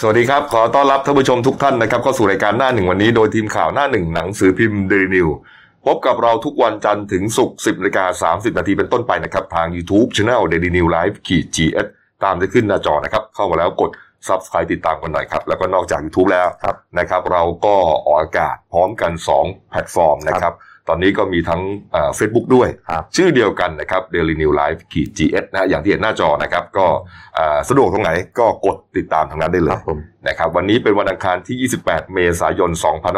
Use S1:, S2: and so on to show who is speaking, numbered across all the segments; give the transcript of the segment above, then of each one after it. S1: สวัสดีครับ ขอต้อนรับท่านผู้ชมทุกท่านนะครับเข้าสู่รายการหน้าหนึ่งวันนี้โดยทีมข่าวหน้าหนึ่งหนังสือพิมพ์เดลินิวพบกับเราทุกวันจันทร์ถึงศุกร์10นาฬิกา30 นาทีเป็นต้นไปนะครับ ทาง YouTube Channel Daily New Life ขีด GS ตามที่ขึ้นหน้าจอนะครับ เข้ามาแล้วกด Subscribe ติดตามกันหน่อยครับ แล้วก็นอกจาก YouTube แล้ว
S2: ครับ
S1: นะครับ เราก็ออกอากาศพร้อมกัน 2 แพลตฟอร์มนะครับ ตอนนี้ก็มีทั้งเฟซบุ๊กด้วย
S2: ครับ
S1: ชื่อเดียวกันนะครับ Daily New Life ขีด GS นะฮะอย่างที่เห็นหน้าจอนะครับก็เอ่อสะดวกตรงไหนก็กดติดตามทางนั้นได้เล
S2: ครั
S1: ย
S2: บผม
S1: นะครับวันนี้เป็นวันอังคารที่ 28 เมษายน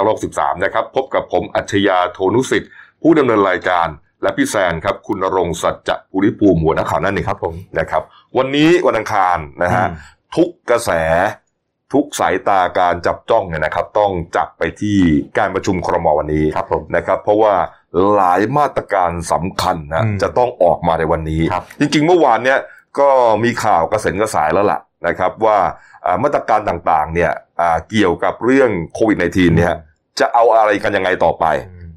S1: 2563 นะครับ พบกับผมอัจฉยาโทนุสิทธิ์ ผู้ดำเนินรายการ และพี่แซนครับ คุณณรงค์สัจจะภูริภูมิหัวหน้าข่าวหนั่นเอง
S2: ครับผม
S1: นะครับ วันนี้วันอังคารนะฮะ
S2: อืม
S1: ทุกกระแส ทุกสายตาการจับจ้องเนี่ยนะครับ ต้องจับไปที่การประชุมครมวันนี้
S2: ครับผม
S1: นะครับ เพราะว่าหลายมาตรการสำคัญนะ
S2: อืม
S1: จะต้องออกมาในวันนี้
S2: ครับ
S1: จริงๆ เมื่อวานเนี่ยก็มีข่าวกระเซ็นกระสายแล้วล่ะนะครับ ว่าอ่ามาตรการต่างๆเนี่ยอ่าเกี่ยวกับเรื่องโควิด -19 เนี่ยจะเอาอะไรกันยังไงต่อไป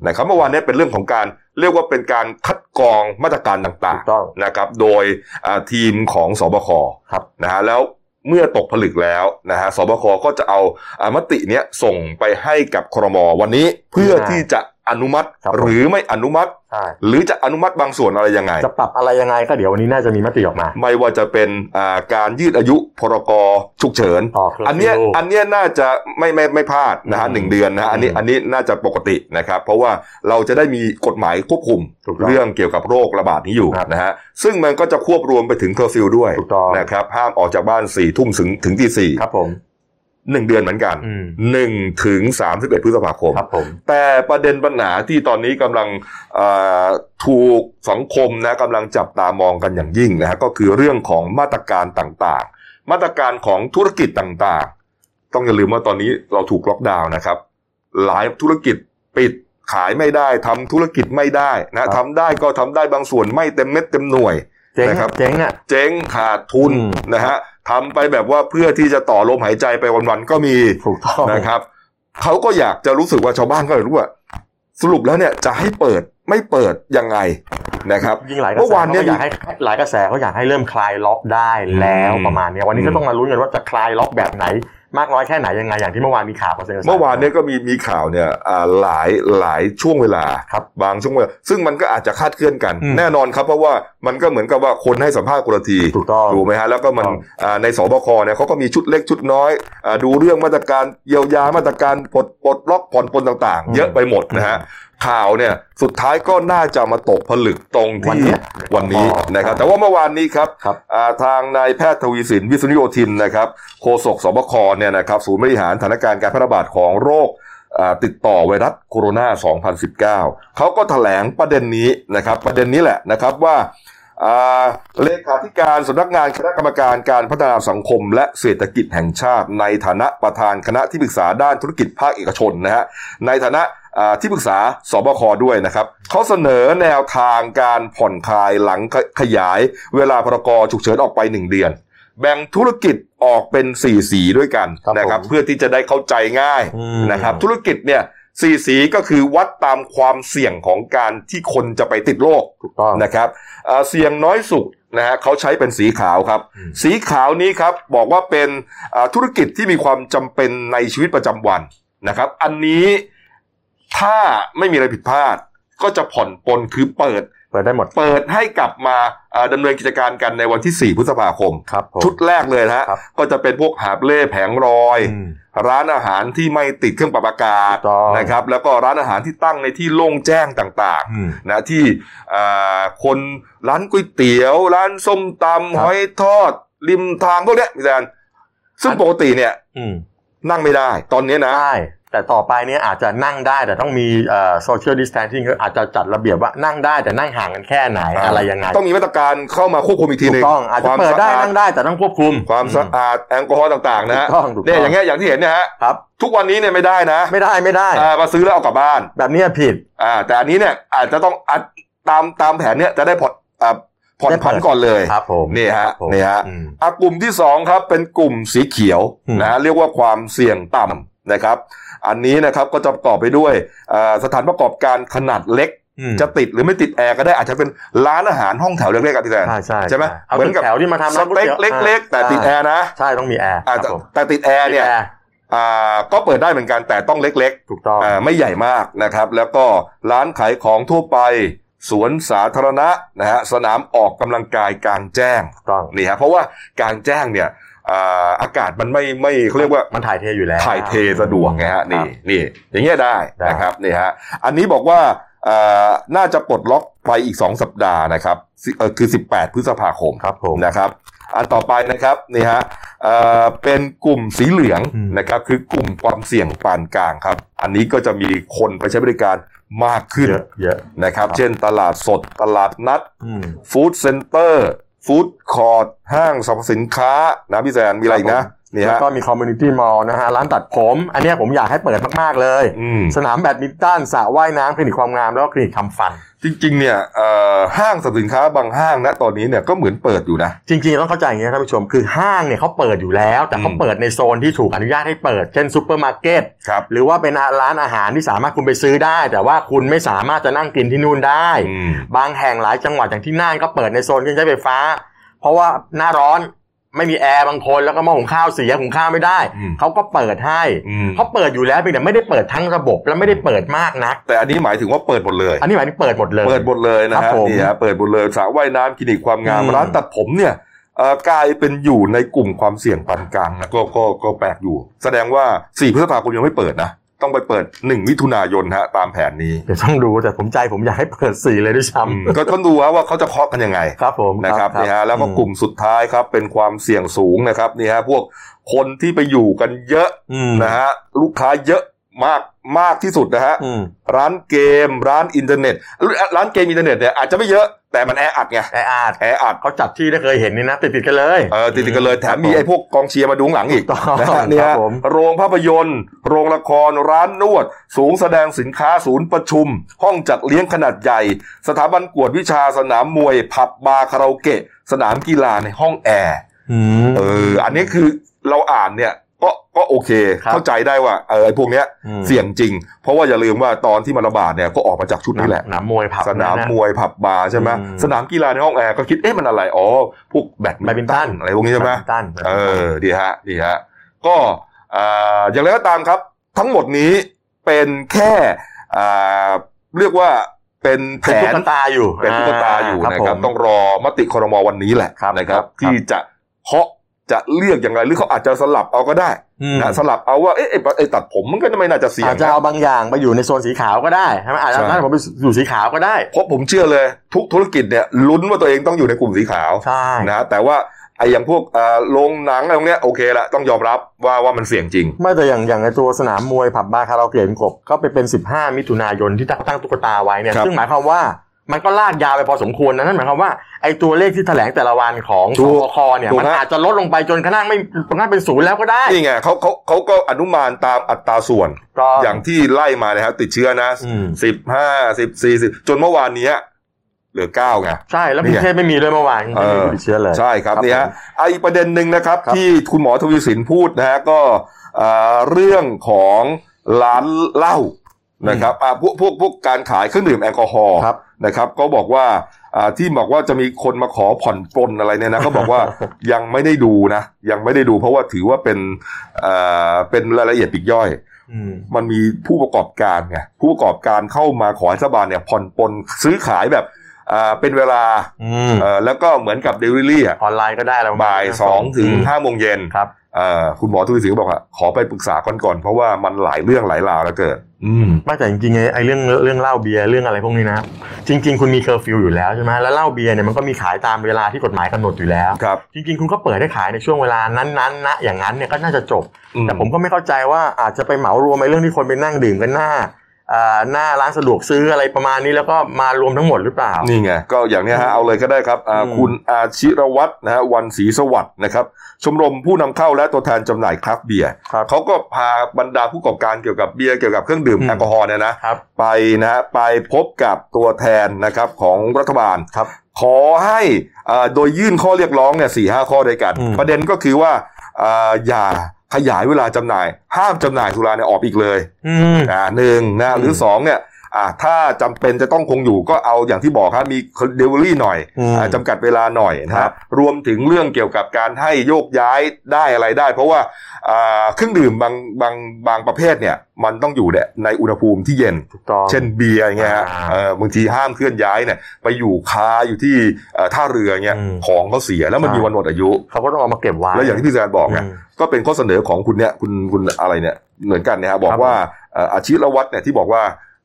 S1: นะครับเมื่อวานเนี้เป็นเรื่องของการเรียกว่าเป็นการคัดกรองมาตรการต่า
S2: ถู
S1: ง
S2: กต้อง
S1: ๆนะครับโดยอ่าทีมของสบค
S2: ครับ
S1: นะฮะแล้วเมื่อตกผลึกแล้วนะฮะสบคก็จะเอาอามติเนี้ยส่งไปให้กับครมวันนี้เพื่อ
S2: ครับ
S1: ที่จะอนุมัติ
S2: ครับผม
S1: หรือไม่อนุมัติ
S2: ใช่
S1: หรือจะอนุมัติบางส่วนอะไรยังไง
S2: จะปรับอะไรยังไงก็เดี๋ยววันนี้น่าจะมีมติออกมา
S1: ไม่ว่าจะเป็นอ่าการยืดอายุพรกฉุกเฉิน
S2: ต่อ
S1: อันเนี้ยอันเนี้ยน่าจะไม่ไม่ไม่พลาดนะฮะ
S2: อืม
S1: หนึ่งเดือนนะฮะอันนี้
S2: อืม
S1: อันนี้น่าจะปกตินะครับ เพราะว่าเราจะได้มีกฎหมายควบคุม
S2: ถูกต้อง
S1: เรื่องเกี่ยวกับโรคระบาดนี้อยู่
S2: ครับ
S1: นะฮะซึ่งมันก็จะควบรวมไปถึงเคอร์ฟิวด้วย
S2: ถูกต้อง
S1: นะครับห้ามออกจากบ้านสี่ทุ่มถึงถึงตีสี่
S2: ครับผม
S1: หนึ่งเดือนเหมือนกัน
S2: อืม
S1: หนึ่งถึงสามสิบเอ็ดพฤษภาคม
S2: ครับผม
S1: แต่ประเด็นปัญหาที่ตอนนี้กำลังเอ่อถูกสังคมนะกำลังจับตามองกันอย่างยิ่งนะฮะก็คือเรื่องของมาตรการต่างๆ มาตรการของธุรกิจต่างๆ ต้องอย่าลืมว่าตอนนี้เราถูกล็อกดาวน์นะครับ หลายธุรกิจปิดขายไม่ได้ทำธุรกิจไม่ได้
S2: ครั
S1: นะ
S2: บ
S1: ทำได้ก็ทำได้บางส่วนไม่เต็มเม็ดเต็มหน่วย
S2: เจ๊ง
S1: นะครับ
S2: เจ๊งอ่ะ
S1: เจ๊งขาดทุน
S2: อืม
S1: นะฮะทำไปแบบว่าเพื่อที่จะต่อลมหายใจไปวันๆก็มี
S2: ถูกต้อง
S1: นะครับเขาก็อยากจะรู้สึกว่าชาวบ้านก็อยากรู้ว่า สรุปแล้วเนี่ยจะให้เปิดไม่เปิดยังไงนะครับ
S2: ยิ่งหลายกระ
S1: เมื่
S2: แส
S1: อวานเนี่ย
S2: เขาอยากให้หลายกระแสเขาอยากให้เริ่มคลายล็อกได้แล้ว
S1: อืม
S2: ประมาณเนี้ยวันนี้ก็ต้องมาลุ้นกันว่าจะคลายล็อกแบบไหน มากน้อยแค่ไหนยังไงอย่างที่เมื่อวานมีข่าวกับซ็กระแส
S1: เมื่อวานเนี่ยก็มีมีข่าวเนี่ยอ่าหลายหลายช่วงเวลา
S2: ครับ
S1: งช่วงเวลาซึ่งมันก็อาจจะคาดเคลื่อนกัน
S2: อืม
S1: แน่นอนครับเพราะว่ามันก็เหมือนกับว่าคนให้สัมภาษณ์คนละที
S2: ถูกต้อง
S1: ถูกไหมฮะแล้วก็มัน
S2: ถูกต้อง
S1: อ่าในสบคเนี่ยเขาก็มีชุดเล็กชุดน้อยอาดูเรื่องมาตรการเยียวยามาตรการปลดปลดล็อกผ่อนปลนต่างๆ เยอะไปหมดนะฮะข่าวเนี่ยสุดท้ายก็น่าจะมาตกผลึกตรง
S2: วัน
S1: ที่
S2: เนี้ย
S1: วันนี้นะครับแต่ว่าเมื่อวานนี้ครับ
S2: ครับ
S1: อ่าทางนายแพทย์ทวีสินวิษณุโยธินนะครับโฆษกสบคเนี่ยนะครับศูนย์บริหารสถานการณ์การแพร่ระบาดของโรคอ่าติดต่อไวรัสโคโรนา 2019 เขาก็ถแถลงประเด็นนี้นะครับประเด็นนี้แหละนะครับว่าอ่าเลขาธิการสำนักงานคณะกรรมการการพัฒนาสังคม และเศรษฐกิจแห่งชาติ ในฐานะประธานคณะที่ปรึกษาด้านธุรกิจภาคเอกชนนะฮะ ในฐานะอ่าที่ปรึกษาสบคด้วยนะครับเขาเสนอแนวทางการผ่อนคลายหลังขขยายเวลาพรกฉุกเฉินออกไป 1 เดือน แบ่งธุรกิจออกเป็น 4 สีด้วยกัน
S2: ครับ
S1: นะครับ
S2: ผม
S1: เพื่อที่จะได้เข้าใจง่าย
S2: อืม
S1: นะครับธุรกิจเนี่ยสีสีก็คือวัดตามความเสี่ยงของการที่คนจะไปติดโรค
S2: ถูกต้อง
S1: นะครับเอ่อเสี่ยงน้อยสุดนะฮะเขาใช้เป็นสีขาวครับ
S2: อืม
S1: สีขาวนี้ครับบอกว่าเป็นอ่าธุรกิจที่มีความจำเป็นในชีวิตประจำวันนะครับ อันนี้ถ้าไม่มีอะไรผิดพลาด ก็จะผ่อนปลนคือเปิด
S2: เปิดได้หมด
S1: เปิดให้กลับมาอ่าดำเนินกิจการกันในวันที่ 4 พฤษภาคม
S2: ครับผม
S1: ชุดแรกเลยนะฮะ
S2: ครับ
S1: ก็จะเป็นพวกหาบเล่แผงลอย
S2: อืม
S1: ร้านอาหารที่ไม่ติดเครื่องปรับอากาศ
S2: ถูกต้อง
S1: นะครับ แล้วก็ร้านอาหารที่ตั้งในที่โล่งแจ้งต่างๆ
S2: อืม
S1: นะที่อ่าคนร้านก๋วยเตี๋ยว ร้านส้มตำหอยทอด ริมทางพวกเนี้ยพี่แดนซึ่งปกติเนี่ย
S2: อืม
S1: นั่งไม่ได้ ตอนเนี้ยนะ
S2: ได้แต่ต่อไปเนี่ยอาจจะนั่งได้แต่ต้องมีโซเชียลดิสแทนซิ่งอาจจะจัดระเบียบว่านั่งได้แต่นั่งห่างกันแค่ไหน
S1: อ่า
S2: อะไรยังไง
S1: ต้องมีมาตรการเข้ามาควบคุมอีกที
S2: ถู
S1: หนึง
S2: กต้องอาจจะ
S1: ความ
S2: เปิด
S1: สะ
S2: ได้
S1: อาด
S2: นั่งได้แต่ต้องควบคุม
S1: ความสะ
S2: อื
S1: อาดแอลกอฮอล์ต่างๆนะ
S2: ถู
S1: ฮะ
S2: กต้องถูก
S1: เนี่ยอ
S2: ต้อย่าง
S1: งเงี้ยอย่างที่เห็นเนี่ยฮะ
S2: ครับ
S1: ทุกวันนี้เนี่ยไม่ได้นะ
S2: ไม่ได้ไม่ได้
S1: อ่ามาซื้อแล้วเอากลับบ้าน
S2: แบบเนี้ยผิด
S1: อ่าแต่อันนี้เนี่ยอาจจะต้องอัดตามตามแผนเนี่ยจะได้ผ่อนอ่าผ่อน
S2: ได้ผ่
S1: ผั
S2: อน
S1: นก่อนเลย
S2: ครับผม
S1: นี่ฮะ
S2: ผม
S1: นี่ฮะ
S2: อืม
S1: อ่ะกลุ่มที่สองครับเป็นกลุ่มสีเขียว
S2: อืม
S1: นะฮะเรียกว่าความเสี่ยงต่ำนะครับ อันนี้นะครับก็จะประกอบไปด้วยเอ่อสถานประกอบการขนาดเล็ก
S2: อืม
S1: จะติดหรือไม่ติดแอร์ก็ได้อาจจะเป็นร้านอาหารห้องแถวเล็กๆกับที่แต่
S2: ใช่ใช่
S1: ใช่ไหม
S2: เอา
S1: เหมือ
S2: ตึ
S1: น
S2: ก
S1: กับ
S2: แถวที่มาทำ
S1: ส
S2: ร้านก๋วย
S1: เต็ก
S2: ตี๋ยว
S1: เล็ก ๆ แต่ติดแอร์นะ
S2: ใช่ต้องมีแอร์
S1: อ่า
S2: ค
S1: แต่
S2: รับผม
S1: แต่ติดแอร์เนี่ย
S2: ติดแอร์
S1: อ่าก็เปิดได้เหมือนกันแต่ต้องเล็ก
S2: ถูกต้อง
S1: ๆอ่าไม่ใหญ่มากนะครับ แล้วก็ร้านขายของทั่วไป สวนสาธารณะนะฮะสนามออกกำลังกายกลางแจ้ง
S2: ถูกต้อง
S1: นี่ฮะเพราะว่ากลางแจ้งเนี่ยอ่าอากาศมันไม่ไม่เขาเรียกว่า
S2: มันถ่ายเทอยู่แล้ว
S1: ถ่ายเทสะดวกไงฮะนี่
S2: ครับ
S1: นี่อย่างเงี้ยได้
S2: ได้
S1: นะครับนี่ฮะอันนี้บอกว่าเอ่อน่าจะปลดล็อกไปอีก 2 สัปดาห์นะครับสิเอ่อคือ 18 พฤษภาคม
S2: ครับผม
S1: นะครับอันต่อไปนะครับนี่ฮะเอ่อเป็นกลุ่มสีเหลือง
S2: อืม
S1: นะครับคือกลุ่มความเสี่ยงปานกลางครับ อันนี้ก็จะมีคนไปใช้บริการมากขึ้น
S2: เยอะเยอะ
S1: นะครับ
S2: ครับ
S1: เช่นตลาดสดตลาดนัด
S2: อืม
S1: ฟู้ดเซ็นเตอร์ฟู้ดคอร์ทห้างสรรพสินค้านะพี่แซนมีอะไรอีก
S2: ครั
S1: นะ
S2: บผม
S1: นี่
S2: แล้ว
S1: ฮะ
S2: ก็มีคอมมูนิตี้มอลล์นะฮะร้านตัดผม อันเนี้ยผมอยากให้เปิดมาก ๆ เลย
S1: อืม
S2: สนามแบดมินตันสระว่ายน้ำคลินิกความงาม แล้วก็คลินิกทำฟัน
S1: จริงๆ เนี่ยเอ่อห้างสรรพสินค้าบางห้างนะตอนนี้เนี่ยก็เหมือนเปิดอยู่นะ
S2: จริงๆต้องเข้าใจอย่างนี้นะท่านผู้ชม คือห้างเนี่ยเขาเปิดอยู่แล้ว แต่เขา
S1: อืม
S2: เปิดในโซนที่ถูกอนุญาตให้เปิด เช่นซูเปอร์มาร์เก็ต
S1: ครับ
S2: หรือว่าเป็นร้านอาหารที่สามารถคุณไปซื้อได้ แต่ว่าคุณไม่สามารถจะนั่งกินที่นู่นได้
S1: อืม
S2: บางแห่งหลายจังหวัดอย่างที่น่านก็เปิดในโซนเครื่องใช้ไฟฟ้า เพราะว่าหน้าร้อนไม่มีแอร์บางคนแล้วก็หม้อหุงข้าวเสียหุงข้าวไม่ได้
S1: อืม
S2: เขาก็เปิดให้
S1: อืม
S2: เขาเปิดอยู่แล้วเพียงแต่ไม่ได้เปิดทั้งระบบและไม่ได้เปิดมากนัก
S1: แต่อันนี้หมายถึงว่าเปิดหมดเลย
S2: อันนี้หมายถึงเปิดหมดเลย
S1: เปิดหมดเลยนะ
S2: ครั
S1: ฮะ
S2: บผม
S1: นี่ฮะเปิดหมดเลยสระว่ายน้ำคลินิกความงาม
S2: อืม
S1: ร้านตัดผมเนี่ยเอ่อกลายเป็นอยู่ในกลุ่มความเสี่ยงปานกลางนะก็ก็ก็แปลกอยู่ แสดงว่า 4 พฤษภาคมยังไม่เปิดนะ ต้องไปเปิด 1 มิถุนายนฮะตามแผนนี้
S2: เดี๋ยวต้องดูแต่ผมใจผมอยากให้เปิดสี่เลยด้วยซ้
S1: อืมก็ต้องดูฮะว่าเขาจะเคาะกันยังไง
S2: ำครับผม
S1: นะครับนี่ฮะแล้วก็
S2: อืม
S1: กลุ่มสุดท้ายครับเป็นความเสี่ยงสูงนะครับนี่ฮะพวกคนที่ไปอยู่กันเยอะ
S2: อืม
S1: นะฮะลูกค้าเยอะมากมากที่สุดนะฮะ
S2: อืม
S1: ร้านเกม ร้านอินเทอร์เน็ต ร้านเกมอินเทอร์เน็ตเนี่ยอาจจะไม่เยอะแต่มันแออัดไง
S2: แออาด
S1: แออัด
S2: เขาจัดที่ได้เคยเห็นนี่นะติดติดๆกันเลย
S1: เออติดๆกันเลยแถมมีไอ้พวกกองเชียร์มาดูข้างหลังอีก
S2: ต่อ
S1: นะ ฮะ
S2: ค
S1: เนี่ย
S2: รับผม
S1: โรงภาพยนตร์ โรงละครร้านนวด สูงแสดงสินค้าศูนย์ประชุม ห้องจัดเลี้ยงขนาดใหญ่ สถาบันกวดวิชาสนามมวย ผับบาร์คาราโอเกะ สนามกีฬาในห้องแอร์
S2: อืม
S1: เออ อันนี้คือเราอ่านเนี่ยก็ก็โอเค
S2: ครับ
S1: เข้าใจได้ว่าเออไอ้พวกเนี้ย
S2: ม
S1: เสี่ยงจริง เพราะว่าอย่าลืมว่าตอนที่มันระบาดเนี่ยก็ออกมาจากชุดนี้แหละ
S2: สนามมวยผับ
S1: สนาม
S2: ะ
S1: มวยผับบาร์ใช่ไหม
S2: อืม
S1: สนามกีฬาในห้องแอร์ก็คิดเอ๊ะมันอะไรอ๋อพวกแบด
S2: แบดมินตัน
S1: อะไรพวกนี้ใช่ไหม
S2: แบดนตัน
S1: เออดีฮะดีฮะก็อ่าอย่างไรก็ตามครับ ทั้งหมดนี้เป็นแค่อ่าเรียกว่าเป็นแผ
S2: เป็นตุ๊
S1: น
S2: กตาอยู่
S1: เป็นตุ๊กตาอยู่นะครับ
S2: ผม
S1: ต้องรอมติครมวันนี้แหละ
S2: ครับ
S1: นะครับ
S2: ครับ
S1: ที่จะเคาะจะเลือกอย่างไรหรือเขาอาจจะสลับเอาก็ได้
S2: อืม
S1: นะสลับเอาว่าเอ๊ะไอ้ปะไอ้ตัดผมมันก็ไม่น่าจะเสี่ยง
S2: อาจจะ
S1: นะ
S2: เอาบางอย่างไปอยู่ในโซนสีขาวก็ได้ใช่ไหมอาจจะ
S1: ใช่
S2: นั่นผมไปอยู่สีขาวก็ได้
S1: เพราะผมเชื่อเลยทุกธุรกิจเนี่ยลุ้นว่าตัวเองต้องอยู่ในกลุ่มสีขาว
S2: ใช่
S1: นะแต่ว่าไอ้อย่างพวกเอ่อโรงหนังอะไรพวกเนี้ยโอเคละต้องยอมรับว่าว่ามันเสี่ยงจริง
S2: ไม่แต่อย่างอย่างในตัวสนามมวยผับบาร์คาราโอเกะกบก็ไปเป็น 15 มิถุนายนที่ตั้งตุ๊กตาไว้เนี่ย
S1: ครับ
S2: ซึ่งหมายความว่ามันก็ลากยาวไปพอสมควรนะนั่นหมายความว่าไอ้ตัวเลขที่แถลงแต่ละวันของ
S1: ถู
S2: ส
S1: ก
S2: บคเนี่ย
S1: ถูก
S2: มัน
S1: ฮะ
S2: อาจจะลดลงไปจนกระทั่งไม่กระทั่งเป็นศูนย์แล้วก็ได้
S1: นี่ไงเขาเขาเขาก็อนุมานตามอัตราส่วน
S2: ก็
S1: อย่างที่ไล่มานะครับติดเชื้อนะ
S2: อืม
S1: สิบห้าสิบสี่สิบจนเมื่อวานเนี้ยเหลือเก้าไง
S2: ใช่แล้วกรุงเทพไม่มีเลยเมื่อวานไม่มีผู้ติดเชื้อเลย
S1: ใช่ครับ
S2: ครับ
S1: เนี่ย
S2: ผ
S1: ฮะ
S2: ม
S1: อ่ะอีกประเด็นหนึ่งนะครับ
S2: ครับ
S1: ที่คุณหมอทวีสินพูดนะฮะก็อ่าเรื่องของร้านเหล้านะครับอ่ะพวกพวกพวกการขายเครื่องดื่มแอลกอฮอล์
S2: ครับ
S1: นะครับ ก็บอกว่าอ่าที่บอกว่าจะมีคนมาขอผ่อนปลนอะไรเนี่ยนะก็บอกว่า ยังไม่ได้ดูนะ ยังไม่ได้ดูเพราะว่าถือว่าเป็นอ่าเป็นรายละเอียดปลีกย่อย
S2: อืม
S1: มันมีผู้ประกอบการไงผู้ประกอบการเข้ามาขอให้รัฐบาลเนี่ยผ่อนปลนซื้อขายแบบอ่าเป็นเวลา
S2: อืม
S1: เออแล้วก็เหมือนกับเดลิเวอรี่อ่ะ
S2: ออนไลน์ก็ได้แล้ว
S1: บ่ายสองถึงห้าโมงเย็น
S2: ครับ
S1: เอ่อคุณหมอทวีสินก็บอกว่าขอไปปรึกษาก่อนก่อนๆเพราะว่ามันหลายเรื่องหลายราวแล้วเกิด อืม
S2: ไม่แต่จริงๆไอ้ไอ้เรื่องเรื่องเหล้าเบียร์เรื่องอะไรพวกนี้นะจริง ๆ คุณมีเคอร์ฟิวอยู่แล้วใช่ไหมแล้วเหล้าเบียร์เนี่ยมันก็มีขายตามเวลาที่กฎหมายกำหนดอยู่แล้ว
S1: ครับ
S2: จริง ๆ คุณก็เปิดให้ขายในช่วงเวลานั้นๆนะอย่างนั้นเนี่ยก็น่าจะจบ
S1: อื
S2: แต่ผมก็ไม่เข้าใจว่าอาจจะไปเหมารวมไอ้เรื่องที่คนไปนั่งดื่มกันหน้าอ่าหน้าร้านสะดวกซื้ออะไรประมาณนี้แล้วก็มารวมทั้งหมดหรือเปล่า
S1: นี่ไงก็อย่างเนี้ยฮะเอาเลยก็ได้ครับอ่า
S2: อืม
S1: คุณอาชิรวัตรนะฮะวันศรีสวัสดิ์นะครับ ชมรมผู้นำเข้าและตัวแทนจำหน่ายคราฟต์เบียร์
S2: ครับ
S1: เขาก็พาบรรดาผู้ประกอบการเกี่ยวกับเบียร์เกี่ยวกับเครื่องดื่ม
S2: อืม
S1: แอลกอฮอล์เนี่ยนะครับ ไปนะฮะไปพบกับตัวแทนนะครับของรัฐบาล
S2: ครับ
S1: ขอให้เอ่อโดยยื่นข้อเรียกร้องเนี่ยสี่ห้าข้อด้วยกัน
S2: อืม
S1: ประเด็นก็คือว่าเอ่ออย่าขยายเวลาจำหน่าย ห้ามจำหน่ายสุราเนี่ยออกอีกเลย
S2: อืม
S1: อ่าหนึ่งนะหรือ
S2: ม
S1: สองเนี่ย อ่ะถ้าจำเป็นจะต้องคงอยู่ก็เอาอย่างที่บอกครับมีเดลิเวอรี่หน่อย
S2: อืม
S1: อ่ะจำกัดเวลาหน่อยนะ
S2: ค
S1: ค
S2: รั
S1: รั
S2: บบ
S1: รวมถึงเรื่องเกี่ยวกับการให้โยกย้ายได้อะไรได้ เพราะว่าอ่าเครื่องดื่มบางบางบางประเภทเนี่ยมันต้องอยู่เนี่ยในอุณหภูมิที่เย็น
S2: ถูกต้อง
S1: เช่นเบียร์อย่างเงี้ยฮะ
S2: อ่า
S1: เอ่อบางทีห้ามเคลื่อนย้ายเนี่ยไปอยู่คาอยู่ที่เอ่อท่าเรือเงี้ย
S2: อืม
S1: ของเขาเสียแล้วมัน
S2: ใช่
S1: มีวันหมดอายุ
S2: เขาก็ต้องเอามาเก็บไว้
S1: แล้วอย่างที่พี่การบอกไง
S2: อืม
S1: ก็เป็นข้อเสนอของคุณเนี่ยคุณคุณอะไรเนี่ยเหมือนกันเนะฮะบอ
S2: ครั
S1: ก
S2: บ
S1: ว่าเอ่ออาชีรวัตรเนี่ยที่บอกว่า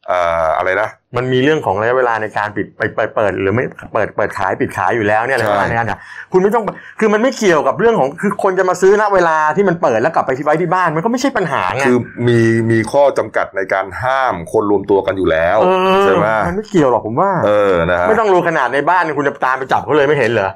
S1: เอ่ออะไรนะ
S2: มันมีเรื่องของระยะเวลาในการปิดไปไปเปิด หรือไม่เปิดเปิดขายปิดขายอยู่แล้วเนี่ย
S1: ใช่
S2: ระยะเวลาในการขายคุณไม่ต้องคือมันไม่เกี่ยวกับเรื่องของคือคนจะมาซื้อณเวลาที่มันเปิดแล้วกลับไปที่ไว้ที่บ้านมันก็ไม่ใช่ปัญหาไง
S1: คือมีมีข้อจำกัดในการห้ามคนรวมตัวกันอยู่แล้ว
S2: เออ
S1: ใช่ไหม
S2: มันไม่เกี่ยวหรอกผมว่า
S1: เออนะฮะ
S2: ไม่ต้องรู้ขนาดในบ้านเนี่ยคุณจะตามไปจับเขาเลยไม่เห็นเหรอ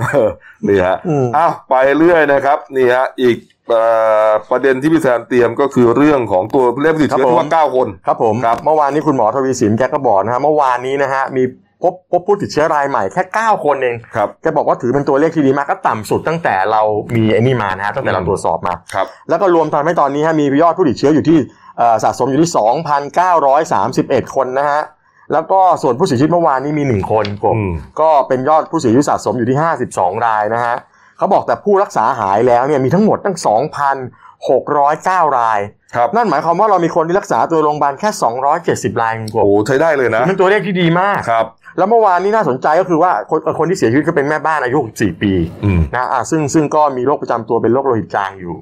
S1: เออนี่ฮะ
S2: อืม
S1: อ้าวไปเรื่อยนะครับนี่ฮะอีกเอ่อประเด็นที่พี่แซมเตรียมก็คือเรื่องของตัวเล่มติดเชื้อที่ว่าเก้าคน
S2: ครับผม
S1: ครับ
S2: เมื่อวานนี้คุณหมอทวีสินแกก็บอกนะฮะเมื่อวานนี้นะฮะมีพบพบผู้ติดเชื้อรายใหม่แค่ 9 คนเอง
S1: ครับ
S2: แกบอกว่าถือเป็นตัวเลขที่ดีมากก็ต่ำสุดตั้งแต่เรามีไอ้นี่มานะฮะตั้งแต่เราตรวจสอบมา
S1: ครับ
S2: แล้วก็รวมทำให้ตอนนี้ฮะมียอดผู้ติดเชื้ออยู่ที่เอ่อสะสมอยู่ที่ 2,931 คนนะฮะแล้วก็ส่วนผู้เสียชีวิตเมื่อวานนี้มี 1 คนกบ
S1: อืม
S2: ก็เป็นยอดผู้เสียชีวิตสะสมอยู่ที่ 52 รายนะฮะเขาบอกแต่ผู้รักษาหายแล้วเนี่ยมีทั้งหมดตั้ง 2,609 ราย
S1: ครับ
S2: นั่นหมายความว่าเรามีคนที่รักษาตัวโรงพยาบาลแค่ 270 รายเองก
S1: โอ้
S2: บ
S1: โหใช้ได้เลยนะ
S2: เป็นตัวเลขที่ดีมาก
S1: ครับ
S2: แล้วเมื่อวานนี้น่าสนใจก็คือว่าคนเอ่อคนที่เสียชีวิตก็เป็นแม่บ้านอายุ 64 ปี
S1: อืม
S2: นะอ่ะซึ่งซึ่งก็มีโรคประจำตัวเป็นโรคโลหิตจางอยู่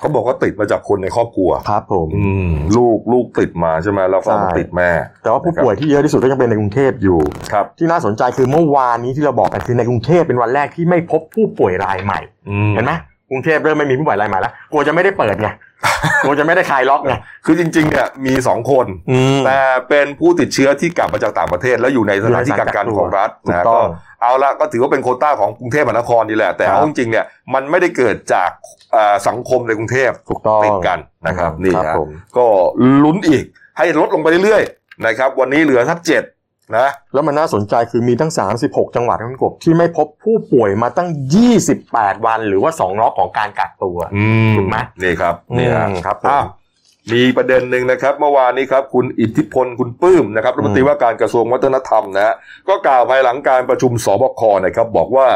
S1: เขาบอกว่าติดมาจากคนในครอบครัว
S2: ครับผม
S1: อืม ลูกลูกติดมาใช่ไหมแล้วก็มา
S2: ใช่
S1: ติดแม่
S2: แต่ว่าผู้ป่วยที่เยอะที่สุดก็ยังเป็นในกรุงเทพอยู่
S1: ครับ
S2: ที่น่าสนใจคือเมื่อวานนี้ที่เราบอกกันคือในกรุงเทพเป็นวันแรกที่ไม่พบผู้ป่วยรายใหม่
S1: อืม
S2: เห็นไหมกรุงเทพเริ่มไม่มีผู้ป่วยรายใหม่แล้วกลัวจะไม่ได้เปิด ไง กลัวจะไม่ได้คลายล็อกไง
S1: คือจริงๆเนี่ยมีสองคน
S2: แต่
S1: แต่เป็นผู้ติดเชื้อที่กลับมาจากต่างประเทศ แล้วอยู่ในสถานที่กักกันของรัฐ
S2: ถูก
S1: นะ
S2: ต้
S1: ก็
S2: อง
S1: เอาละก็ถือว่าเป็นโควต้าของกรุงเทพมหานครนี่แหละ แต่
S2: ครับ
S1: เอาจริงๆเนี่ยมันไม่ได้เกิดจากเอ่อสังคมในกรุงเทพ
S2: ถูกต้อง
S1: ติดกันนะครับ นี่
S2: ครับ
S1: ฮะ
S2: ผม
S1: ก็ลุ้นอีกให้ลดลงไปเรื่อยๆนะครับ วันนี้เหลือสักเจ็ดนะ
S2: แล้วมันน่าสนใจคือมีทั้ง 36 จังหวัดทั้งกบที่ไม่พบผู้ป่วยมาตั้ง 28 วัน หรือว่า2รอบของการกักตัว
S1: อื
S2: ถูกไหม
S1: นี่ครับนี่ฮะ
S2: อืมครับผม
S1: อ้าวมีประเด็นหนึ่งนะครับเมื่อวานนี้ครับคุณอิทธิพลคุณปลื้มนะครับรัฐมนตรีว่าการกระทรวงวัฒนธรรมนะฮะก็กล่าวภายหลังการประชุมสบคนะครับบอกว่า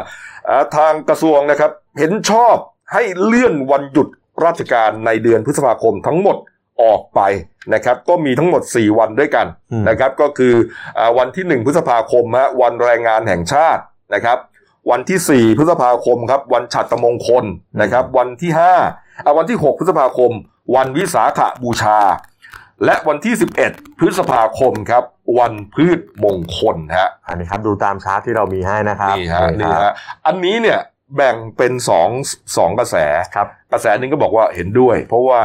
S1: อ่าทางกระทรวงนะครับเห็นชอบให้เลื่อนวันหยุดราชการในเดือนพฤษภาคมทั้งหมดออกไปนะครับก็มีทั้งหมด 4 วันด้วยกัน
S2: อืม
S1: นะครับก็คืออาวันที่ 1 พฤษภาคมฮะวันแรงงานแห่งชาตินะครับ วันที่ 4 พฤษภาคมครับวันฉัตรมงคลนะครับ วันที่5้าอ่ะวันที่ 6 พฤษภาคม วันวิสาขบูชา และวันที่ 11 พฤษภาคมครับ วันพืชมงคลฮะ
S2: อันนี้ครับดูตามชาร์ตที่เรามีให้นะครับ
S1: นี่ฮะนี่
S2: ครับ
S1: ฮะอันนี้เนี่ยแบ่งเป็นสองสองกระแส
S2: ครับ
S1: กระแสหนึ่งก็บอกว่าเห็นด้วย เพราะว่า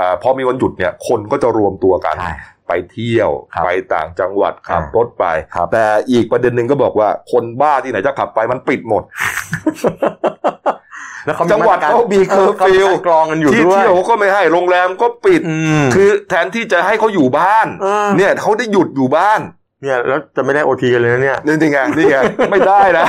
S1: อาพอมีวันหยุดเนี่ยคนก็จะรวมตัวกัน
S2: ใช่
S1: ไปเที่ยว
S2: ครับ
S1: ไปต่างจังหวัดขับ
S2: อ่าร
S1: ถไป
S2: ครับ
S1: แต่อีกประเด็นหนึ่งก็บอกว่าคนบ้าที่ไหนจะขับไปมันปิดหมด
S2: แล้วเขามี
S1: จังหวัด
S2: มตรกร
S1: เขามีเคอร์ฟิว
S2: ขามีการกรองกันอยู่
S1: ที่
S2: ด้วย
S1: เที่ยวก็ไม่ให้โรงแรมก็ปิด
S2: อืม
S1: คือแทนที่จะให้เขาอยู่บ้าน
S2: เออ
S1: เนี่ยเขาได้หยุดอยู่บ้าน
S2: เนี่ยแล้วจะไม่ได้โอทีกันเลยนะเนี่ย
S1: นี่ นี่ไงนี่ไง ไม่ได้นะ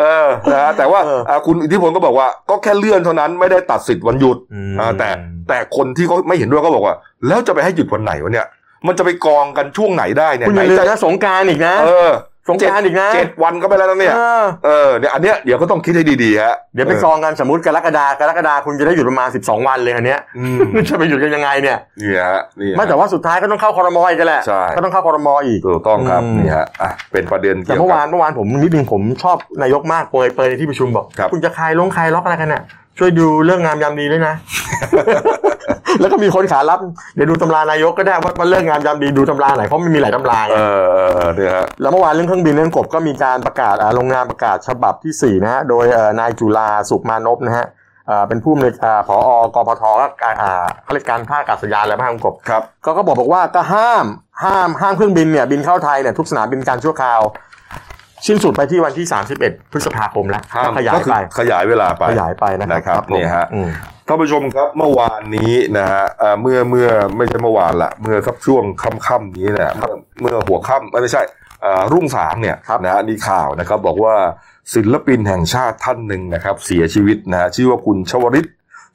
S1: เออนะฮะแต่ว่า
S2: เออ
S1: อ่าคุณอิทธิพลก็บอกว่า ก็แค่เลื่อนเท่านั้นไม่ได้ตัดสิทธิ์วันหยุด
S2: อืม
S1: อ่าแต่แต่คนที่เขาไม่เห็นด้วยก็บอกว่า แล้วจะไปให้หยุดวันไหนวะเนี่ย มันจะไปกองกันช่วงไหนได้เนี่ย
S2: คุณอ
S1: ไหน
S2: ย่าลืม
S1: จะ
S2: นะสงกรารอีกนะ
S1: เออ
S2: สงกรานต์อีกนะ
S1: เจ็ดวันก็ไปแล้วนะเนี่ย
S2: เออ
S1: เออเนี่ยอันเนี้ยเดี๋ยวก็ต้องคิดให้ดีๆฮะ
S2: เดี๋ยวไปซองกันสมมติกรกฎากรกฎาคุณจะได้หยุดประมาณ 12 วันเลยอันเนี้ย
S1: อืม
S2: จะไปหยุดกันยังไงเนี่ย
S1: นี่ฮะนี่ฮะ
S2: ไม่แต่ว่าสุดท้ายก็ต้องเข้าคอรมออีกแหละ
S1: ใช่
S2: ก็ต้องเข้าคอรมออีก
S1: ถูกต้องครับ
S2: อืม
S1: นี่ฮะอ่ะเป็นประเด็น
S2: แต่
S1: เกี่ยว
S2: เมื่อ
S1: กับ
S2: วานเมื่อวานผมนิดนึงผมชอบนายกมากเปรยเปรยในที่ประชุมบอก
S1: ครับ
S2: ณจะคลายลงคลายล็อกอะไรกันน่ะ ช่วยดูเรื่องงามยามดีด้วย นะ แล้วก็มีคนขารับเดี๋ยวดูตำรานายกก็ได้ว่าว่าเรื่องงามยามดีดูตำราไหนเพราะมันมีหลายตำราไง
S1: เออเออเออเนี่ยฮะ
S2: แล้วเมื่อวานเรื่องเครื่องบินเรื่องกบก็มีการประกาศอ่าลงนามประกาศฉบับที่ 4 นะฮะ โดยเอ่อนายจุลาสุขมานพนะฮะอ่าเป็นผู้อำนวยอ่าผอกพทก็อ่าอ่าเขาเรียกการท่าอากาศยานอะไรบ้างกบ
S1: ครับ
S2: ก็ก็บอกบอกว่าก็ห้ามห้ามห้ามเครื่องบินเนี่ยบินเข้าไทยเนี่ยทุกสนามบินการชั่วคราว ชิ้นสุดไปที่วันที่ 31 พฤษภาคมแล้ว
S1: ห้าม
S2: ก็ขยาย
S1: ก็คือ
S2: ไป
S1: ขยายเวลาไป
S2: ขยายไปนะครั
S1: นะครับ
S2: ผม
S1: นี่ฮะ
S2: อืม
S1: ท่านผู้ชมครับเมื่อวานนี้นะฮะเอ่อเมื่อเมื่อไม่ใช่เมื่อวานละเมื่อสักช่วงค่ำๆนี้นะฮะเมื่อเมื่อหัวค่ำเอ้ยไม่ใช่เอ่อรุ่งสางเนี่ย
S2: ครับ
S1: นะฮะมีข่าวนะครับ บอกว่าศิลปินแห่งชาติท่านหนึ่งนะครับ เสียชีวิตนะฮะชื่อว่าคุณชวริต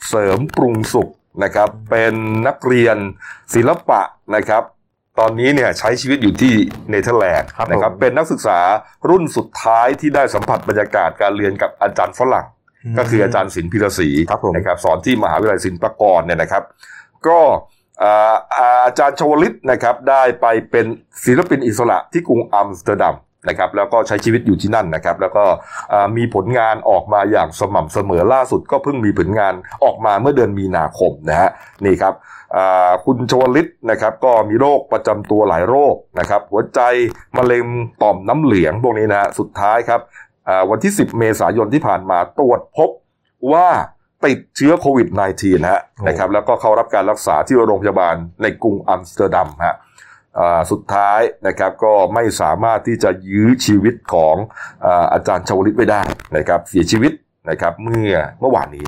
S1: เสริมปรุงสุข นะครับเป็นนักเรียนศิลปะนะครับ ตอนนี้เนี่ยใช้ชีวิตอยู่ที่เนเธอร์แลนด์
S2: ครับผม
S1: นะครับเป็นนักศึกษารุ่นสุดท้ายที่ได้สัมผัสบรรยากาศการเรียนกับอาจารย์ฝรั่ง ก็คืออาจารย์ศิลป์พิรศรี
S2: ครับผม
S1: นะครับสอนที่มหาวิทยาลัยศิลปากรเนี่ยนะครับ ก็อ่าอ่าอาจารย์ชวลิตนะครับได้ไปเป็นศิลปินอิสระที่กรุงอัมสเตอร์ดัมนะครับแล้วก็ใช้ชีวิตอยู่ที่นั่นนะครับ แล้วก็อ่ามีผลงานออกมาอย่างสม่ำเสมอล่าสุดก็เพิ่งมีผลงานออกมาเมื่อเดือนมีนาคมนะฮะนี่ครับอ่าคุณชวลิตนะครับก็มีโรคประจำตัวหลายโรคนะครับหัวใจมะเร็งต่อมน้ำเหลืองพวกนี้นะฮะสุดท้ายครับ อ่าวันที่ 10 เมษายนที่ผ่านมาตรวจพบว่าติดเชื้อโควิด -19 ฮะ
S2: โอ้
S1: นะครับแล้วก็เข้ารับการรักษาที่โรงพยาบาลในกรุงอัมสเตอร์ดัมฮะอ่าสุดท้ายนะครับก็ไม่สามารถที่จะยื้อชีวิตของอาอาจารย์ชาวลิตไว้ได้นะครับเสียชีวิตนะครับเมื่อเมื่อวานนี้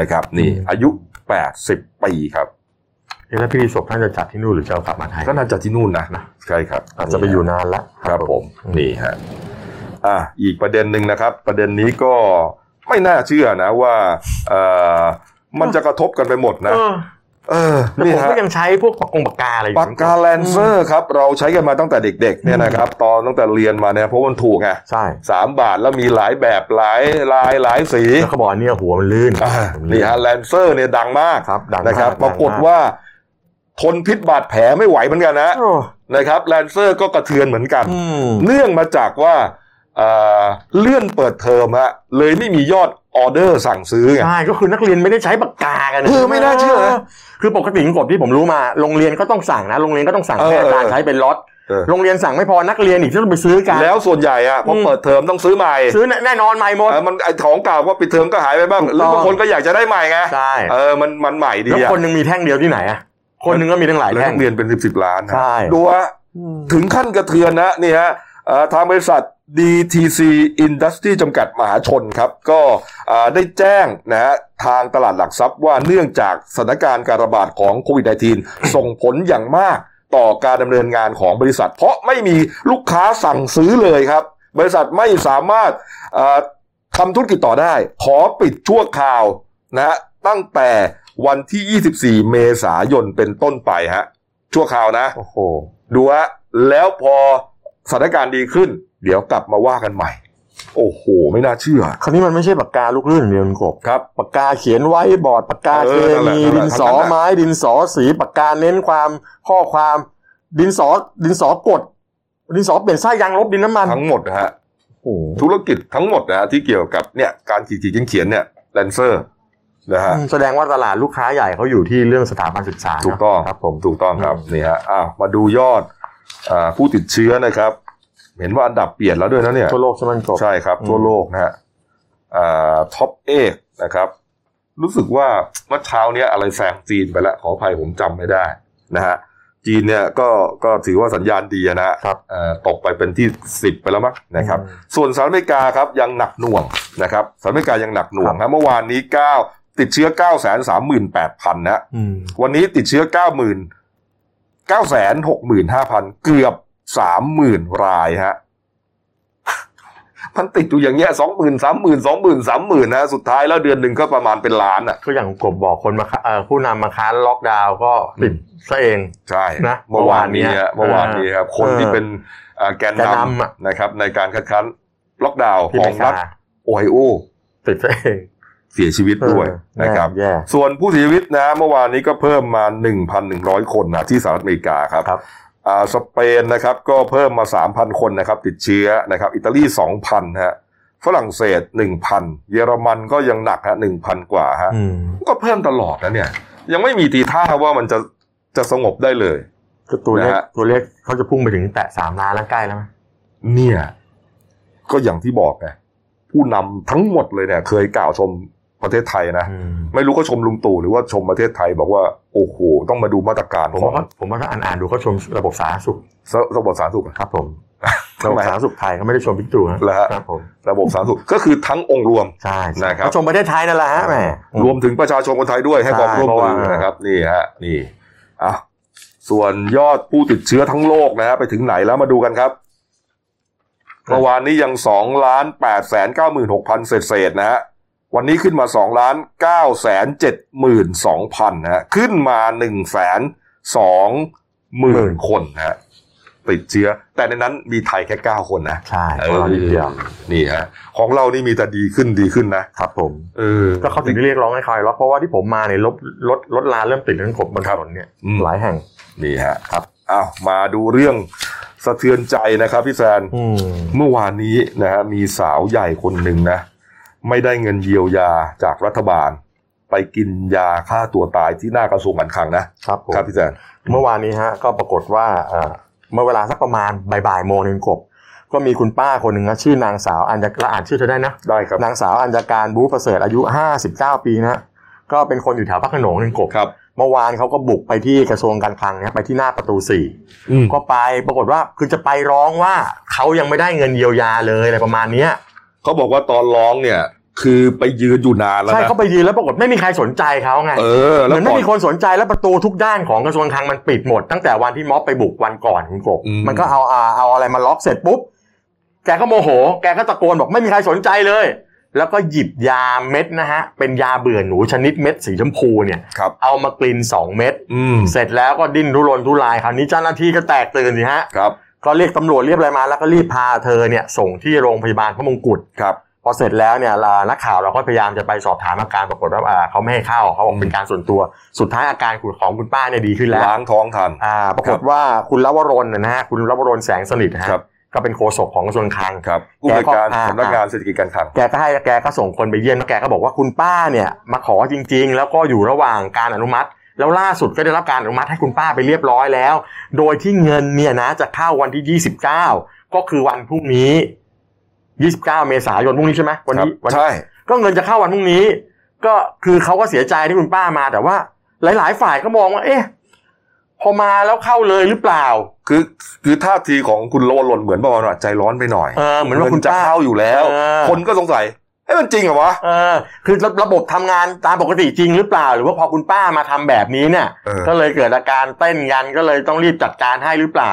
S1: นะครับนี่อายุ 80 ปีครับ
S2: เอ๊ะแล้วพิธีศพท่านจะจัดที่นู่นหรือจะเอากลับมาไทย
S1: ก็น่าจะที่นู่นนะนะใช่ครับ
S2: อาจจะไปอยู่นานละ
S1: ครับผมนี่ฮะอ่ะอีกประเด็นหนึ่งนะครับ ประเด็นนี้ก็ไม่น่าเชื่อนะว่าเอ่อมันจะกระทบกันไปหมดนะ
S2: เออ
S1: เออ
S2: แต่
S1: นี่
S2: ผม
S1: ฮะ
S2: ก็ยังใช้พวกองค์ปากกาอะไรอยู่
S1: ปากกาแลนเซอร์ครับ เราใช้กันมาตั้งแต่เด็กๆเนี่ยนะครับ ตอนตั้งแต่เรียนมาเนี่ยเพราะมันถูกไง
S2: ใช่
S1: สามบาทแล้วมีหลายแบบหลายลายหลายสี
S2: แล้วเขาบอกอันเนี่ยหัวมันลื่น
S1: อ่ะนี่ฮะแลนเซอร์เนี่ยดังมาก
S2: ครับ ดังมาก
S1: นะครับ
S2: ดังม
S1: ปรากฏว่าทนพิษบาดแผลไม่ไหวเหมือนกันนะ
S2: โอ้
S1: นะครับแลนเซอร์ก็กระเทือนเหมือนกัน
S2: อืม
S1: เนื่องมาจากว่าเอ่อเลื่อนเปิดเทอมฮะเลยไม่มียอดออเดอร์สั่งซื้อไง
S2: ใช่ก็คือนักเรียนไม่ได้ใช้ปากกากัน
S1: เออไม่น่าเชื่อนะ
S2: คือปกติกฎที่ผมรู้มาโรงเรียนก็ต้องสั่งนะโรงเรียนก็ต้องสั่ง
S1: เออ
S2: ให้อาจารย์
S1: เออ
S2: ใช้เป็นล็อต
S1: เออ
S2: โรงเรียนสั่งไม่พอนักเรียนอีกที่ต้องไปซื้อกัน
S1: แล้วส่วนใหญ่อะพอ
S2: ม
S1: เปิดเทอมต้องซื้อใหม่
S2: ซื้อแน่นอนใหม่หมด
S1: เอ่อมันไอของเก่าพอปิดเทอมก็หายไปบ้าง
S2: ถูก
S1: หรื
S2: ต้
S1: อ
S2: อง
S1: บางคนก็อยากจะได้ใหม่ไง
S2: ใช่
S1: เออมันมันใหม่ดี
S2: แล้ว
S1: อะ
S2: คนหนึงมีแท่งเดียวที่ไหนอะคนหนึงก็มีทั้งหลาย
S1: แล้ว
S2: แท่
S1: นั
S2: ง
S1: กเรียนเป็นสิบสิบล้านนะ
S2: ใช่
S1: ดูฮะถึงขั้นกระเทือนนะนี่ฮะเอ่อทางบริษัท DTC Industry จำกัดมหาชนครับ ก็เอ่อได้แจ้งนะฮะทางตลาดหลักทรัพย์ว่าเนื่องจากสถานการณ์การระบาดของโควิด -19 ส่งผลอย่างมาก ต่อการดำเนินงานของบริษัท เพราะไม่มีลูกค้าสั่งซื้อเลยครับ บริษัทไม่สามารถเอ่อทำธุรกิจต่อได้ ขอปิดชั่วคราวนะฮะตั้งแต่วันที่ 24 เมษายนเป็นต้นไปฮะชั่วคราวนะ
S2: โอ้โห
S1: ดูฮะแล้วพอสถานการณ์ดีขึ้น เดี๋ยวกลับมาว่ากันใหม่ โอ้โห ไม่น่าเชื่อ
S2: คราวนี้มันไม่ใช่ปากกาลูกลื่นอย่างเดียวคุณกบ
S1: ครับ
S2: ปากกาเขียนไว้บอร์ดปากกา
S1: เอ
S2: เค
S1: อนั่นแหละ
S2: มี
S1: นั่นแหละ
S2: ดินสอ
S1: ทั้งนั้นน่ะ
S2: ไม้ดินสอสีปากกาเน้นความข้อความดินสอดินสอกด ดินสอเปลี่ยนไส้ยางลบดินน้ำมัน
S1: ทั้งหมดนะฮะ
S2: โอ้โห
S1: ธุรกิจทั้งหมดนะฮะที่เกี่ยวกับเนี่ยการขีดขีดเขียนเขียนเนี่ยแลนเซอร์นะฮะ
S2: อืมแสดงว่าตลาดลูกค้าใหญ่เขาอยู่ที่เรื่องสถาบันศึกษา
S1: ถูกต้อง
S2: ครับผม
S1: ถูกต้องครับนี่ฮะอ้าวมาดูยอดอาผู้ติดเชื้อนะครับ เห็นว่าอันดับเปลี่ยนแล้วด้วยนะเนี่ย
S2: ทั่วโลกใช่ไหมกบ
S1: ใช่ครับ
S2: อืม
S1: ทั่วโลกนะฮะท็อปเอกนะครับ รู้สึกว่าเมื่อเช้าเนี้ยอะไรแซงจีนไปแล้วขออภัยผมจำไม่ได้นะฮะจีนเนี่ยก็ก็ถือว่าสัญญาณดีนะฮะ
S2: ครับ
S1: เอ่อตกไปเป็นที่ 10 ไปแล้วมั้งนะครับ
S2: อืม
S1: ส่วนสหรัฐอเมริกาครับยังหนักหน่วงนะครับสหรัฐอเมริกายังหนักหน่วงนะเมื่อวานนี้ 9 ติดเชื้อ 9 3 8 0 0 0 นะ
S2: อืม
S1: วันนี้ติดเชื้อ 9 0 0 9 6 5 0 0 เกือบ 30,000 รายฮะ มันติดอยู่อย่างเงี้ยสองหมื่นสามหมื่นสองหมื่นสามหมื่นนะสุดท้ายแล้วเดือนหนึ่งก็ประมาณเป็นล้านอ่ะ
S2: ก็อย่างกบบอกคนมาค้าเอ่อผู้นำมาค้านล็อกดาวน์ก็ปิดซะเอง
S1: ใช่
S2: นะ
S1: เมื่อวานนี้ฮะ
S2: เมื่
S1: เมื่อวาว
S2: อาน นนี้
S1: นี้
S2: อ่ะ
S1: ครับคน
S2: เออ
S1: ที่เป็นอ่าแกน
S2: แกน
S1: น
S2: นำอ่ะ
S1: ำนะครับ ในการคัดค้านล็อกดาวน์
S2: ที่
S1: ขอ
S2: ไม่
S1: ง
S2: ค้า
S1: รัฐ โอไฮโอ
S2: ติดซะเอง
S1: เสียชีวิตด้วย
S2: เออ
S1: นะครับ
S2: แย่
S1: ส่วนผู้เสียชีวิตนะ เมื่อวานนี้ก็เพิ่มมา 1,100 คนนะที่สหรัฐอเมริกาครับ
S2: ครับ
S1: อ่าสเปนนะครับก็เพิ่มมา 3,000 คนนะครับ ติดเชื้อนะครับ อิตาลี 2,000ฮะฝรั่งเศส 1,000 เยอรมันก็ยังหนักฮะ1,000 กว่าฮะ
S2: อืม
S1: ก็เพิ่มตลอดนะเนี่ย ยังไม่มีทีท่าว่ามันจะจะสงบได้เลย
S2: ก็ตัวเลข
S1: นะฮะ
S2: ตัวเลขเขาจะพุ่งไปถึงแตะสามล้านแล้วใกล้แล้วไหม
S1: เนี่ย ก็อย่างที่บอกไงผู้นำทั้งหมดเลยเนี่ย เคยกล่าวชมประเทศไทยนะ
S2: อืม
S1: ไม่รู้เขาชมลุงตู่หรือว่าชมประเทศไทยบอกว่า โอ้โห ต้องมาดูมาตรการ
S2: ผม
S1: ของ
S2: ว่าผมว่าถ้าอ่านๆดูเขาชมระบบสาธารณสุข
S1: สระบบสาธารณสุขอะ
S2: ครับผม
S1: ทำ
S2: ระบบ
S1: ไม
S2: สาธารณสุขไทยเขาไม่ได้ชมบิ๊กตู่นะ
S1: เหรอฮะ
S2: ครับผม
S1: ระบบสาธารณสุขก็คือทั้งองค์รวม
S2: ใช่ใช่
S1: นะครับ
S2: เขาชมประเทศไทยนั่นแหละฮะแหม
S1: รวมถึงประชาชนคนไทยด้วยให้ความ
S2: ใช่
S1: ร่วมมือ
S2: เพราะว่า
S1: นะครับ นี่ฮะนี่อ่ะส่วนยอดผู้ติดเชื้อทั้งโลกนะฮะไปถึงไหนแล้วมาดูกันครับ เมื่อวานนี้ยังสองล้านแปดแสนเก้าหมื่นหกพันเศษๆนะฮะ วันนี้ขึ้นมา2ล้าน9แสน7หมื่น2พันนะฮะขึ้นมา1แสน2หมื่นคนนะฮะติดเชื้อ แต่ในนั้นมีไทยแค่ 9 คนนะ
S2: ใช่
S1: เออ
S2: ของเรานิดเดียว
S1: นี่ฮะของเรานี่มีแต่ดีขึ้นดีขึ้นนะครับ
S2: ผม
S1: เออ
S2: ก็เขาถึงได้เรียกร้องให้คลายล็อกเพราะว่าที่ผมมาเนี่ยรถรถรถลาเริ่มติดเรื่องกบบนถนนเนี่ย
S1: อืม
S2: หลายแห่ง
S1: นี่ฮะ
S2: ครับ
S1: อ้าวมาดูเรื่องสะเทือนใจนะครับพี่แซน
S2: อืม
S1: เมื่อวานนี้นะฮะมีสาวใหญ่คนหนึ่งนะ ไม่ได้เงินเยียวยาจากรัฐบาล ไปกินยาฆ่าตัวตายที่หน้ากระทรวงการคลังนะครับ
S2: ผม
S1: ครับพี่แซน
S2: เมื่อวานนี้ฮะก็ปรากฏว่าเอ่อเมื่อเวลาสักประมาณบ่ายๆโมงหนึงกบ ก็มีคุณป้าคนหนึ่งนะชื่อนางสาวอัญญาเราอ่านชื่อเธอได้นะ
S1: ได้ครับ
S2: นางสาวอัญญาการบูประเสริฐอายุ 59 ปีนะฮะก็เป็นคนอยู่แถวพระโขนงหนึงกบ
S1: ครับ
S2: เมื่อวานเขาก็บุกไปที่กระทรวงการคลังนะไปที่หน้าประตู 4
S1: อืม
S2: ก็ไปปรากฏว่าคือจะไปร้องว่าเขายังไม่ได้เงินเยียวยาเลยอะไรประมาณเนี้ย
S1: เขาบอกว่าตอนร้องเนี่ย คือไปยืนอยู่นานแล้ว
S2: ใช่
S1: นะ
S2: เขาไปยืนแล้วปรากฏไม่มีใครสนใจเขาไง
S1: เออ
S2: เห
S1: แล้ว
S2: มือน
S1: ก่
S2: ไม่
S1: อน
S2: มีคนสนใจแล้วประตูทุกด้านของกระทรวงคลังมันปิดหมด ตั้งแต่วันที่ม็อบไปบุกวันก่อนคุณกบ
S1: อืม
S2: มันก็เอาอ่าเอาอะไรมาล็อกเสร็จปุ๊บ แกก็โมโห แกก็ตะโกนบอกไม่มีใครสนใจเลย แล้วก็หยิบยาเม็ดนะฮะ เป็นยาเบื่อหนูชนิดเม็ดสีชมพูเนี่ย
S1: ครับ
S2: เอามากลินสองเม็ด
S1: อืม
S2: เสร็จแล้วก็ดิ้นทุรนทุรายคราวนี้เจ้าหน้าที่ก็แตกตื่นสิฮะ
S1: ครับ
S2: ก็เรียกตำรวจเรียบอะไรมาแล้วก็รีบพาเธอเนี่ยส่งที่โรงพยาบาลพระมงกุฎ
S1: ครับ
S2: พอเสร็จแล้วเนี่ยอ่านักข่าวเราก็พยายามจะไปสอบถามอาการปรากฏว่าอ่าเขาไม่ให้เข้าเขาบอกเป็นการส่วนตัว สุดท้ายอาการคุณของคุณป้าเนี่ยดีขึ้นแล้ว
S1: ล้างท้องทัน
S2: อ่าปรากฏว่าคุณลวรนนะฮะคุณลวรนแสงสนิทนะฮะ
S1: ครับ
S2: ก็เป็นโฆษกของกระทรวงคลัง
S1: ครับผู้บริการ
S2: อ่า
S1: สำนักงานเศรษฐกิจการคลัง
S2: แกก็ให้แกก็ส่งคนไปเยี่ยมแล้วแกก็บอกว่าคุณป้าเนี่ยมาขอจริง ๆ แล้วก็อยู่ระหว่างการอนุมัติ แล้วล่าสุดก็ได้รับการอนุมัติให้คุณป้าไปเรียบร้อยแล้ว โดยที่เงินเนี่ยนะจะเข้าวันที่ 29 ก็คือวันพรุ่งนี้ 29 เมษายนพรุ่งนี้ใช่ไหมวันนี้
S1: ครับ
S2: วัน
S1: ใช่
S2: ก็เงินจะเข้าวันพรุ่งนี้ ก็คือเขาก็เสียใจที่คุณป้ามาแต่ว่า หลาย ๆ ฝ่ายก็มองว่า เอ๊ะ พอมาแล้วเข้าเลยหรือเปล่า
S1: คือ คือท่าทีของคุณโลหล่นเหมือนประมาณว่าใจร้อนไปหน่อย
S2: เออเหมือนว่าคุณ
S1: จะ
S2: ป้า
S1: เข้าอยู่แล้ว
S2: เออ
S1: คนก็สงสัยเอ้มันจริงเหรอวะ
S2: เออ คือระระบบทำงานตามปกติจริงหรือเปล่า หรือว่าพอคุณป้ามาทำแบบนี้เนี่ย
S1: เออ
S2: ก็เลยเกิดอาการเต้นกันก็เลยต้องรีบจัดการให้หรือเปล่า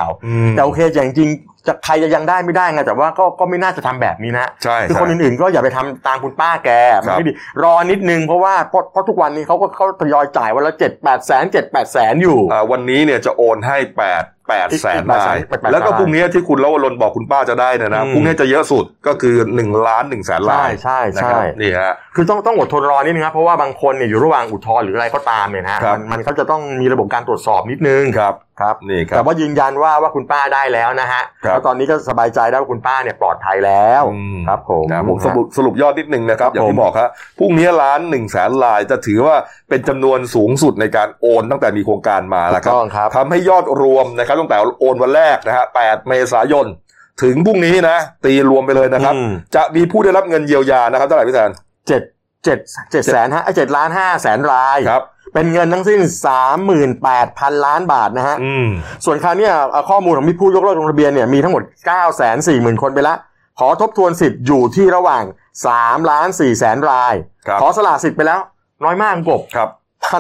S2: แต่โอเคอย่างจริงๆจะใครจะยังได้ไม่ได้ไงแต่ว่าก็ก็ไม่น่าจะทำแบบนี้นะ
S1: ใช่
S2: คือ
S1: ใช่
S2: คนอื่นๆก็อย่าไปทำตามคุณป้าแกมันไม่ดีรอนิดนึงเพราะว่าเพราะเพราะทุกวันนี้เขาก็เขาทยอยจ่ายวันละเจ็ดแปดแสนเจ็ดแปดแสนอยู่
S1: อ่าวันนี้เนี่ยจะโอนให้แปดแปดแสนราย
S2: 800,000
S1: แล้วก็พรุ่งนี้ที่คุณลวรนบอกคุณป้าจะได้เนยนะ
S2: อืม
S1: พรุ่งนี้จะเยอะสุดก็คือหนึ่งล้านหนึ่งแสน
S2: ใช่
S1: ราย
S2: ใช่
S1: นะค
S2: ใช่
S1: รับนี่ฮะ
S2: คือต้องต้องอดทนรอนิดนึงครับเพราะว่าบางคนเนี่ยอยู่ระหว่างอุทธรณ์หรืออะไรก็ตามเนี่ยนะฮะ
S1: ครับ
S2: มันมันก็จะต้องมีระบบการตรวจสอบนิดนึง
S1: ครับ
S2: ครับ
S1: นี่ครั
S2: แต่
S1: บ
S2: ว่ายืนยันว่าว่าคุณป้าได้แล้วนะฮะ
S1: ครับ
S2: แล้วตอนนี้ก็สบายใจได้ว่าคุณป้าเนี่ยปลอดภัยแล้ว
S1: อื
S2: ครับผม
S1: นะผมสรุปสรุปยอดนิดนึงนะครับ
S2: ครับ
S1: อย่างที่
S2: ผม
S1: บอกครับพรุ่งนี้ล้านหนึ่งแสนรายจะถือว่าเป็นจำนวนสูงสุดในการโอนตั้งแต่มีโครงการมา
S2: ถู
S1: แล้วค
S2: ก
S1: รับ
S2: ต้องครับ
S1: ทำให้ยอดรวมนะครับตั้งแต่โอนวันแรกนะฮะแปดเมษายน ถึงพรุ่งนี้นะ ตีรวมไปเลยนะครับ
S2: อืม
S1: จะมีผู้ได้รับเงินเยียวยานะครับเท่าไหร่พี่แทน
S2: เจ็ดเจ็ดเจ็ดแสนฮะเจ็ดล้านห้าแสนราย
S1: ครับ
S2: เป็นเงินทั้งสิ้น 38,000 ล้านบาทนะฮะ
S1: อืม
S2: ส่วนคราวเนี้ยเอ่อข้อมูลของมีผู้ยกเลิกลงทะเบียนเนี่ยมีทั้งหมด 940,000 คนไปละ ขอทบทวนสิทธิ์อยู่ที่ระหว่าง3ล้าน4แสนราย
S1: ครับ
S2: ขอสละสิทธิ์ไปแล้ว น้อยมากกบ
S1: ครับ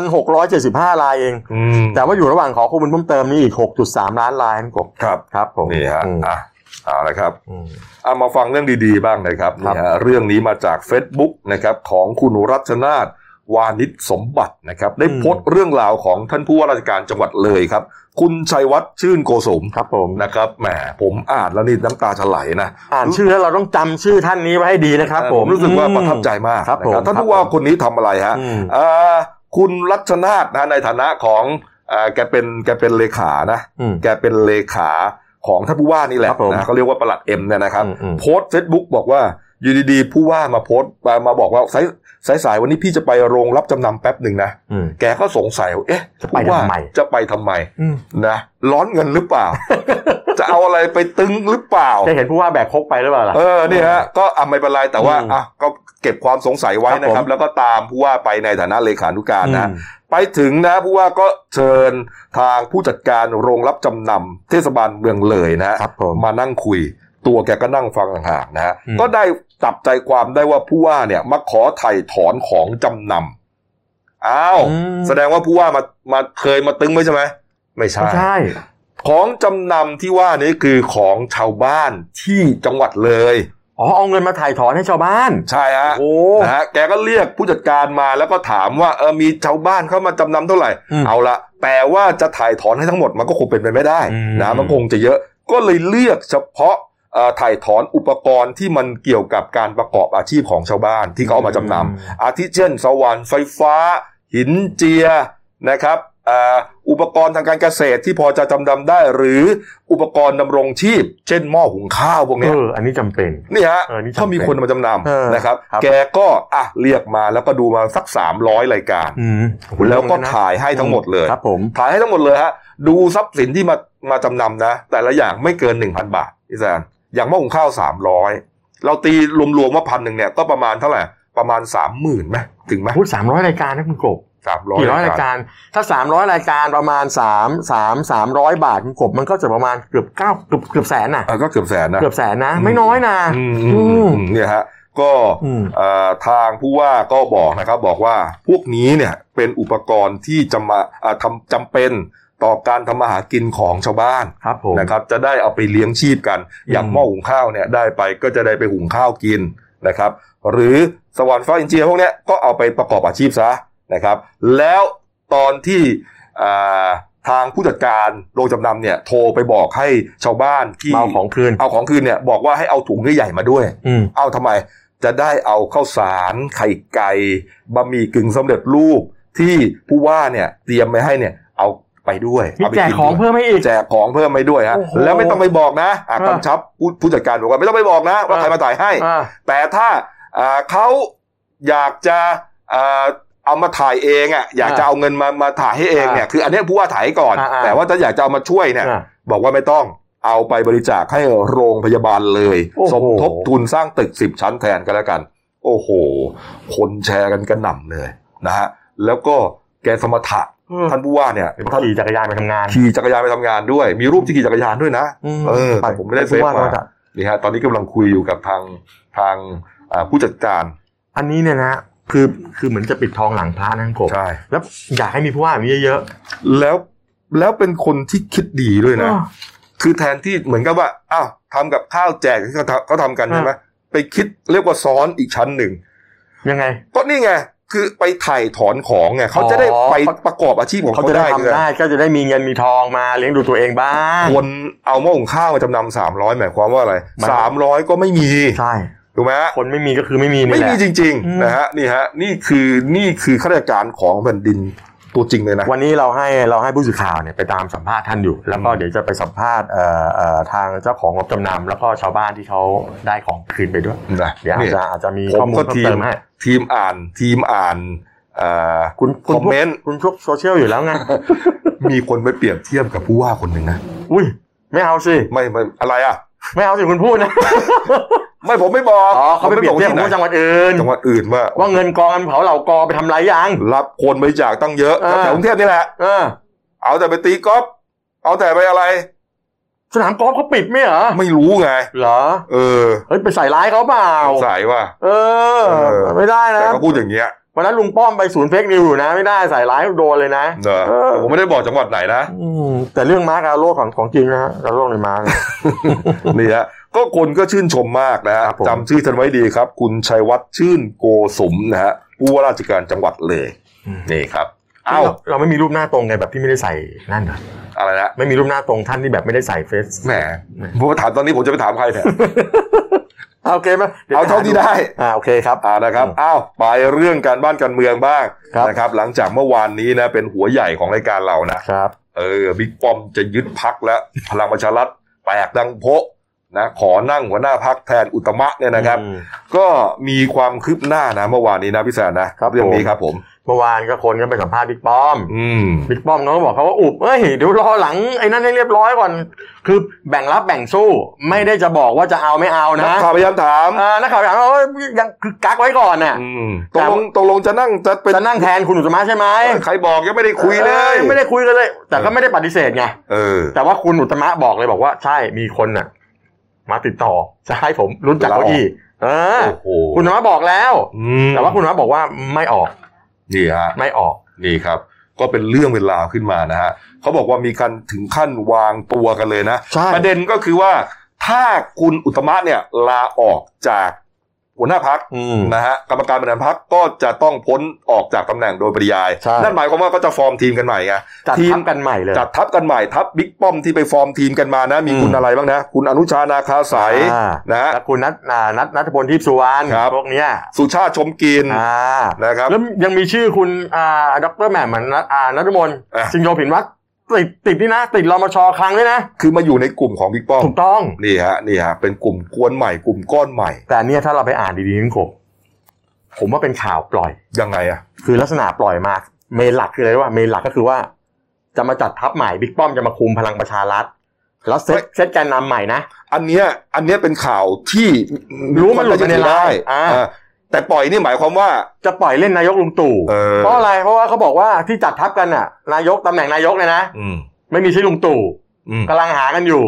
S2: 1,675 รายเอง
S1: อืม
S2: แต่ว่าอยู่ระหว่างขอข้อมูลเพิ่มเติมนี่อีก 6.3 ล้านรายกบ
S1: ครับ
S2: ครับผม
S1: นี่ฮะ
S2: อืม
S1: อ่ะเอาละครับ
S2: อืม
S1: เอามาฟังเรื่องดีๆบ้างนะครับ
S2: ครั
S1: นี่
S2: บ
S1: ฮะเรื่องนี้มาจาก Facebook นะครับของคุณรัชนาธวานิชสมบัตินะครับ ได้โพสต์เรื่องราวของท่านผู้ว่าราชการจังหวัดเลยครับ คุณชัยวัฒน์ชื่นโกสม
S2: ครับผม
S1: นะครับแหมผมอ่านแล้วนี่น้ำตาจะไหลนะ
S2: อ่านชื่อแล้วเราต้องจำชื่อท่านนี้ไว้ให้ดีนะครับ
S1: เอ่อ
S2: ผม
S1: รู้สึกว่าประทับใจมาก
S2: ครับ
S1: นะ
S2: ผม
S1: ท่านผู้
S2: ครับ
S1: ว่า
S2: ผม
S1: คนนี้ทำอะไรฮะ
S2: อืม
S1: อ่าคุณรัชนาธนะในฐานะของอ่าแกเป็นแกเป็นเลขานะ
S2: อืม
S1: แกเป็นเลขาของท่านผู้ว่านี่แหละ
S2: ครับผม
S1: นะเขาเรียกว่าประหลัดเอ็มเนี่ยนะครับ
S2: อืมอืม
S1: โพสเฟซบุ๊กบอกว่าอยู่ดีๆผู้ว่ามาโพสต์มามาบอกว่าสายสายสายวันนี้พี่จะไปโรงรับจำนำแป๊บหนึ่งนะ
S2: อืม
S1: แกก็สงสัยว่าเอ๊ะ
S2: จะไป
S1: ผู้ว่า
S2: ทำไม
S1: จะไปทำไม
S2: อืม
S1: นะร้อนเงินหรือเปล่า จะเอาอะไรไปตึงหรือเปล่า
S2: จะเห็นผู้ว่าแบกครกไปหรือเปล่าล่ะ
S1: เออนี่ฮะก็อ่ะไม่เป็นไรแต่ว่า
S2: อืม
S1: อ่ะก็เก็บความสงสัยไว้นะค
S2: ค
S1: รับ
S2: รับผม
S1: แล้วก็ตามผู้ว่าไปในฐานะเลขานุการนะ
S2: อืม
S1: ไปถึงนะผู้ว่าก็เชิญทางผู้จัดการโรงรับจำนำเทศบาลเมืองเลยนะฮะ
S2: ครับผม
S1: มานั่งคุย ตัวแกก็นั่งฟังห่างๆนะฮะ
S2: อืม
S1: ก็ได้จับใจความได้ว่าผู้ว่าเนี่ยมาขอไถ่ถอนของจำนำอ้าว
S2: อืม
S1: แสดงว่าผู้ว่ามามาเคยมาตึงไว้ใช่ไหมไม่ใช่
S2: ไม่ใช่
S1: ของจำนำที่ว่านี้คือของชาวบ้านที่จังหวัดเลย
S2: อ๋อเอาเงินมาถ่ายถอนให้ชาวบ้าน
S1: ใช่ฮะ
S2: โอ้
S1: นะฮะแกก็เรียกผู้จัดการมาแล้วก็ถามว่าเออมีชาวบ้านเข้ามาจำนำเท่าไหร่
S2: อืม
S1: เอาละแต่ว่าจะถ่ายถอนให้ทั้งหมดมันก็คงเป็นไปไม่ได้
S2: อืม
S1: นะมันคงจะเยอะก็เลยเลือกเฉพาะเอ่อถ่ายถอนอุปกรณ์ที่มันเกี่ยวกับการประกอบอาชีพของชาวบ้านที่เขาเอามาจำนำ อาทิเช่นสว่านไฟฟ้า หินเจียนะครับอ่าอุปกรณ์ทางการเกษตรที่พอจะจำนำได้ หรืออุปกรณ์ดำรงชีพ เช่นหม้อหุงข้าวพวก
S2: เอ
S1: เนี้ย
S2: ออันนี้จำเป็น
S1: นี่ฮะ
S2: เออนี่จำเป็น
S1: ถ้ามีคนมาจำน
S2: เออ
S1: ำนะครับ
S2: ครับ
S1: แกก็อ่ะเรียกมาแล้วก็ดูมาสัก 300 รายการ
S2: อืม
S1: แล้วก็ถ่ายให้ทั้งหมดเลย
S2: ครับผม
S1: ถ่ายให้ทั้งหมดเลยฮะดูทรัพย์สินที่มามาจำนำนะ แต่ละอย่างไม่เกิน 1,000 บาทพี่แซนอย่างหม้อหุงข้าว 300 เราตีรวมๆว่าพันหนึ่งเนี่ยก็ประมาณเท่าไหร่ประมาณ 30,000ไหมถึงไหม
S2: พูดสามร้อยรายการนะคุณกบ
S1: สามร้อย
S2: กี่ร้อยรายการ ถ้าสามร้อยรายการประมาณสามสามสามร้อยบาทคุณกบมันก็จะประมาณเกือบเก้าเกือบเกือบแสนน่ะ
S1: เออก็เกือบแสนนะ
S2: เกือบแสนนะ
S1: อืม
S2: ไม่น้อยนะ
S1: อืมอืมอืมเนี่ยฮะก็
S2: อืม
S1: เอ่อทางผู้ว่าก็บอกนะครับ บอกว่าพวกนี้เนี่ยเป็นอุปกรณ์ที่จะมาอ่าทำจำเป็นต่อการทำมาหากินของชาวบ้าน
S2: ครับผม
S1: นะครับ จะได้เอาไปเลี้ยงชีพกัน อย่าง
S2: อืม
S1: หม้อหุงข้าวเนี่ยได้ไปก็จะได้ไปหุงข้าวกินนะครับ หรือสวรรค์ฟ้าอินเจียพวกเนี้ยก็เอาไปประกอบอาชีพซะนะครับ แล้วตอนที่อ่าทางผู้จัดการโรงจำนำเนี่ยโทรไปบอกให้ชาวบ้านที่
S2: เมาของคืน
S1: เอาของคืนเนี่ยบอกว่าให้เอาถุงใหญ่ๆมาด้วย
S2: อืม
S1: เอาทำไม จะได้เอาข้าวสารไข่ไก่บะหมี่กึ่งสำเร็จรูปที่ผู้ว่าเนี่ยเตรียมไว้ให้เนี่ยเอาไปด้วย
S2: นี่
S1: เอาไป
S2: แจก
S1: น
S2: ของ
S1: ด้วย
S2: เพิ่มให้อีก
S1: แจกของเพิ่มไปด้วยฮะ
S2: โอ้โห
S1: แล้วไม่ต้องไปบอกนะอ่ะ
S2: เออก
S1: ำชับผู้ผู้จัดการบอกว่าไม่ต้องไปบอกนะว่า
S2: เออ
S1: ใครมาถ่ายให้
S2: อ่า
S1: แต่ถ้าอ่าเขาอยากจะอ่าเอามาถ่ายเองอ่ะอยากจะ
S2: อ่า
S1: เอาเงินมามาถ่ายให้เองเนี่ยคืออันเนี้ยผู้ว่าถ่ายให้ก่อน
S2: อ่าๆ
S1: แต่ว่าถ้าอยากจะเอามาช่วยเนี่ย
S2: อ่า
S1: บอกว่าไม่ต้องเอาไปบริจาคให้โรงพยาบาลเลย
S2: โอ้โห
S1: สมทบทุนสร้างตึกสิบชั้นแทนกันแล้วกัน โอ้โห คนแชร์กันกระหน่ำเลยนะฮะแล้วก็แกสมถะ
S2: เออ
S1: ท่านผู้ว่าเนี่ยท่าน
S2: ขี่จักรยานไปทำงาน
S1: ขี่จักรยานไปทำงานด้วย มีรูปที่ขี่จักรยานด้วยนะ
S2: ม
S1: เออแต่ผมไม่ได้เซฟ
S2: ผู้ว่
S1: มา
S2: ก็จะ
S1: นี่ฮะตอนนี้กำลังคุยอยู่กับทางทางอ่าผู้จัดการ
S2: อันนี้เนี่ยนะคือคือเหมือนจะปิดทองหลังพระนะคุณกบ
S1: ใช่
S2: แล้วอยากให้มีผู้ว่าแบบนี้เยอะ
S1: แล้วแล้วเป็นคนที่คิดดีด้วย
S2: ๆ
S1: นะ
S2: เออ
S1: คือแทนที่เหมือนกับว่า อ้าวทำกับข้าวแจกที่เขาทำเขาทำกัน
S2: อ่า
S1: ใช่ไหมไปคิดเรียกว่าซ้อนอีกชั้นหนึ่ง
S2: ยังไง
S1: ก็นี่ไง คือไปถ่ายถอนของไงเขาจะได้
S2: อ๋อ
S1: ไปประกอบอาชีพของ
S2: เขา
S1: เขา
S2: จะได้
S1: ได้
S2: ทำได้ก็จะได้มีเงินมีทองมาเลี้ยงดูตัวเองบ้าง
S1: คนเอาหม้อหุงข้าวมาจำนำสามร้อยหมายความว่าอะไร
S2: หมาย
S1: สามร้อยก็ไม่มี
S2: ใช่
S1: ถูกไหมฮะ
S2: คนไม่มีก็คือไม่มีนี่
S1: ไม่
S2: แหละ
S1: มีจริง
S2: อืม
S1: ๆ นะฮะนี่ฮะนี่คือนี่คือข้าราชการของแผ่นดินตัวจริงเลยนะ
S2: วันนี้เราให้เราให้ผู้สื่อข่าวเนี่ยไปตามสัมภาษณ์ท่านอยู่ แล้วก็
S1: อืม
S2: เดี๋ยวจะไปสัมภาษณ์เอ่อเอ่อทางเจ้าของงบจำนำแล้วก็ชาวบ้านที่เขาได้ของคืนไปด้วย
S1: นะ
S2: เดี๋ยวอาจ
S1: นี่
S2: จะอาจจะมี
S1: ผ
S2: ข้อ
S1: ม
S2: มูล
S1: ก็ทีม
S2: เพิ่มเติมให้
S1: ทีมอ่านทีมอ่านเอ่อ
S2: คุณ
S1: ค
S2: คุณ
S1: อม
S2: พวก
S1: เมนต์
S2: คุณพวกโซเชียลอยู่แล้วไง
S1: มีคนไปเปรียบเทียบกับผู้ว่าคนหนึ่งนะ
S2: อุ้ย ไม่เอาสิ
S1: ไม่ไม่อะไรอ่ะ
S2: ไม่เอาสิคุณพูดนะ
S1: ไม่ผมไม่บอก
S2: อ๋อเขาไปเปรียบเทียบกับผู้จังหวัดอื่น
S1: จังหวัดอื่นว่า
S2: ว่าเงินกองกันเผาเหล่ากอไปทำไรยัง
S1: รับคนบริจาคตั้งเยอะ
S2: เออ
S1: แถวกรุงเทพนี่แหละ
S2: เออ
S1: เอาแต่ไปตีกอล์ฟเอาแต่ไปอะไร
S2: สนามกอล์ฟเขาปิดไหมเหรอ
S1: ไม่รู้ไง
S2: เหรอ
S1: เออ
S2: เฮ้ยไปใส่ร้ายเขาเปล่า
S1: สงสัยว่า
S2: เออ
S1: เออ
S2: ไม่ได้นะ
S1: แต่ก็พูดอย่างเงี้ย
S2: วันนั้นลุงป้อมไปศูนย์เฟกนิวอยู่นะ ไม่ได้ใส่ร้ายโดนเลยนะ
S1: เนอะ
S2: เออ
S1: ผมไม่ได้บอกจังหวัดไหนนะ
S2: อืมแต่เรื่องมาร์กาโร่ของของจริงนะฮะกาโร่ในมาร์ก
S1: นี่ฮะก็คนก็ชื่นชมมากนะฮะ
S2: ครับผม
S1: จำชื่อท่านไว้ดีครับ คุณชัยวัฒน์ชื่นโกสมนะฮะผู้ว่าราชการจังหวัดเลยนี่ครับเอ้า
S2: เราไม่มีรูปหน้าตรงไงแบบที่ไม่ได้ใส่นั่นเหรอ
S1: อะไรนะ
S2: ไม่มีรูปหน้าตรงท่านที่แบบไม่ได้ใส่เฟซ
S1: แหมผมมาถามตอนนี้ผมจะไปถามใคร เนี่ย
S2: อ่ะโอเคไหมดี๋ยว
S1: เอาเท่าที่ได้
S2: อ่าโอเคครับ
S1: อ่านะครับ อ้าว ไปเรื่องการบ้านการเมืองบ้าง
S2: ครับ
S1: นะครับ หลังจากเมื่อวานนี้นะเป็นหัวใหญ่ของรายการเรานะ
S2: ครับ
S1: เออบิ๊กป้อมจะยึดพักแล้ว พลังประชารัฐแตกดังโพะนะขอนั่งหัวหน้าพักแทนอุตตมะเนี่ยนะครับ
S2: อืม
S1: ก็มีความคืบหน้านะเมื่อวานนี้นะพี่แซนนะครับ เรื่องนี้ครับผม
S2: เมื่อวานก็คนก็ไปสัมภาษณ์บิ๊กป้อม
S1: อืม
S2: บิ๊กป้อมเขาก็บอกเขาว่าอุบเอ้ยเดี๋ยวรอหลังไอ้นั่นให้เรียบร้อยก่อน คือแบ่งรับแบ่งสู้ ไม่ได้จะบอกว่าจะเอาไม่เอา
S1: นัก
S2: นะ
S1: ข่าวพยายามถาม
S2: อ่านักข่าวถามว่าเอ้ยยังคือกักไว้ก่อนน่ะ
S1: อืมต
S2: แต่
S1: กลงตกลงจะนั่งจะเป็น
S2: จะนั่งแทนคุณอุตมะใช่ไหม
S1: ใครบอกยังไม่ได้คุยเล
S2: อยอไม่ได้คุยกันเลย แต่ก็ไม่ได้ปฏิเสธไง
S1: เออ
S2: แต่ว่าคุณอุตมะบอกเลยบอกว่าใช่มีคนน่ะ มาติดต่อจะให้ผมรุ้นจากเก้าอี้เออ
S1: โอ้โห
S2: คุณอุตมะบอกแล้ว
S1: อืม
S2: แต่ว่าคุณอุตมะบอกว่าไม่ออก
S1: นี่ฮะ
S2: ไม่ออก
S1: นี่ครับ ก็เป็นเรื่องเวลาวขึ้นมานะฮะเขาบอกว่ามีการถึงขั้นวางตัวกันเลยนะ
S2: ใช่
S1: ประเด็นก็คือว่า ถ้าคุณอุตตมะเนี่ยลาออกจากหัวหน้าพัก
S2: อืม
S1: นะฮะกรรมการบริหารพักก็จะต้องพ้นออกจากตำแหน่งโดยปริยาย
S2: ใช่
S1: นั่นหมายความว่าก็จะฟอร์มทีมกันใหม่ไง
S2: จัด
S1: ทีม
S2: ทัพกันใหม่เลย
S1: จัดทัพกันใหม่ทัพบิ๊กป้อมที่ไปฟอร์มทีมกันมานะ มีคุณ
S2: อืม
S1: อะไรบ้างนะ คุณอนุชานาคาสาย
S2: อ่า
S1: นะฮะ
S2: แล้วคุณนัทอ่านัทนัทพลทิพย์สุวรรณ
S1: ครับ
S2: พวกเนี้ย
S1: สุชาติชมกิน
S2: อ่า
S1: นะครับ
S2: แล้วยังมีชื่อคุณอ่าดรแหม่มเหมือนนัทอ่านัทมน
S1: อ่ะ
S2: สิงโยผินวัตรติดติดนี่นะ ติดรมชคลังด้วยนะ
S1: คือมาอยู่ในกลุ่มของบิ๊กป้อม
S2: ถูกต้อง
S1: นี่ฮะนี่ฮะเป็นกลุ่มกวนใหม่กลุ่มก้อนใหม่
S2: แต่อันเนี่ยถ้าเราไปอ่านดีๆนึงผมผมว่าเป็นข่าวปล่อย
S1: ยังไงอะ
S2: คือลักษณะปล่อยมาเมนหลักคืออะไรรู้ป่ะเมนหลักก็คือว่า จะมาจัดทัพใหม่บิ๊กป้อมจะมาคุมพลังประชารัฐแล้วเซตเซตแกนนำใหม่นะ
S1: อันเนี้ยอันเนี้ยเป็นข่าวที่
S2: รู้มันหลุดไปในไลน์
S1: ได้
S2: อ่า
S1: อ่าแต่ปล่อยนี่หมายความว่า
S2: จะปล่อยเล่นนายกลุงตู่
S1: เออ
S2: เพราะอะไรเพราะว่าเขาบอกว่าที่จัดทัพกันน่ะ นายกตำแหน่งนายกเลยนะ
S1: อืม
S2: ไม่มีชื่อลุงตู่
S1: อืม
S2: กำลังหากันอยู่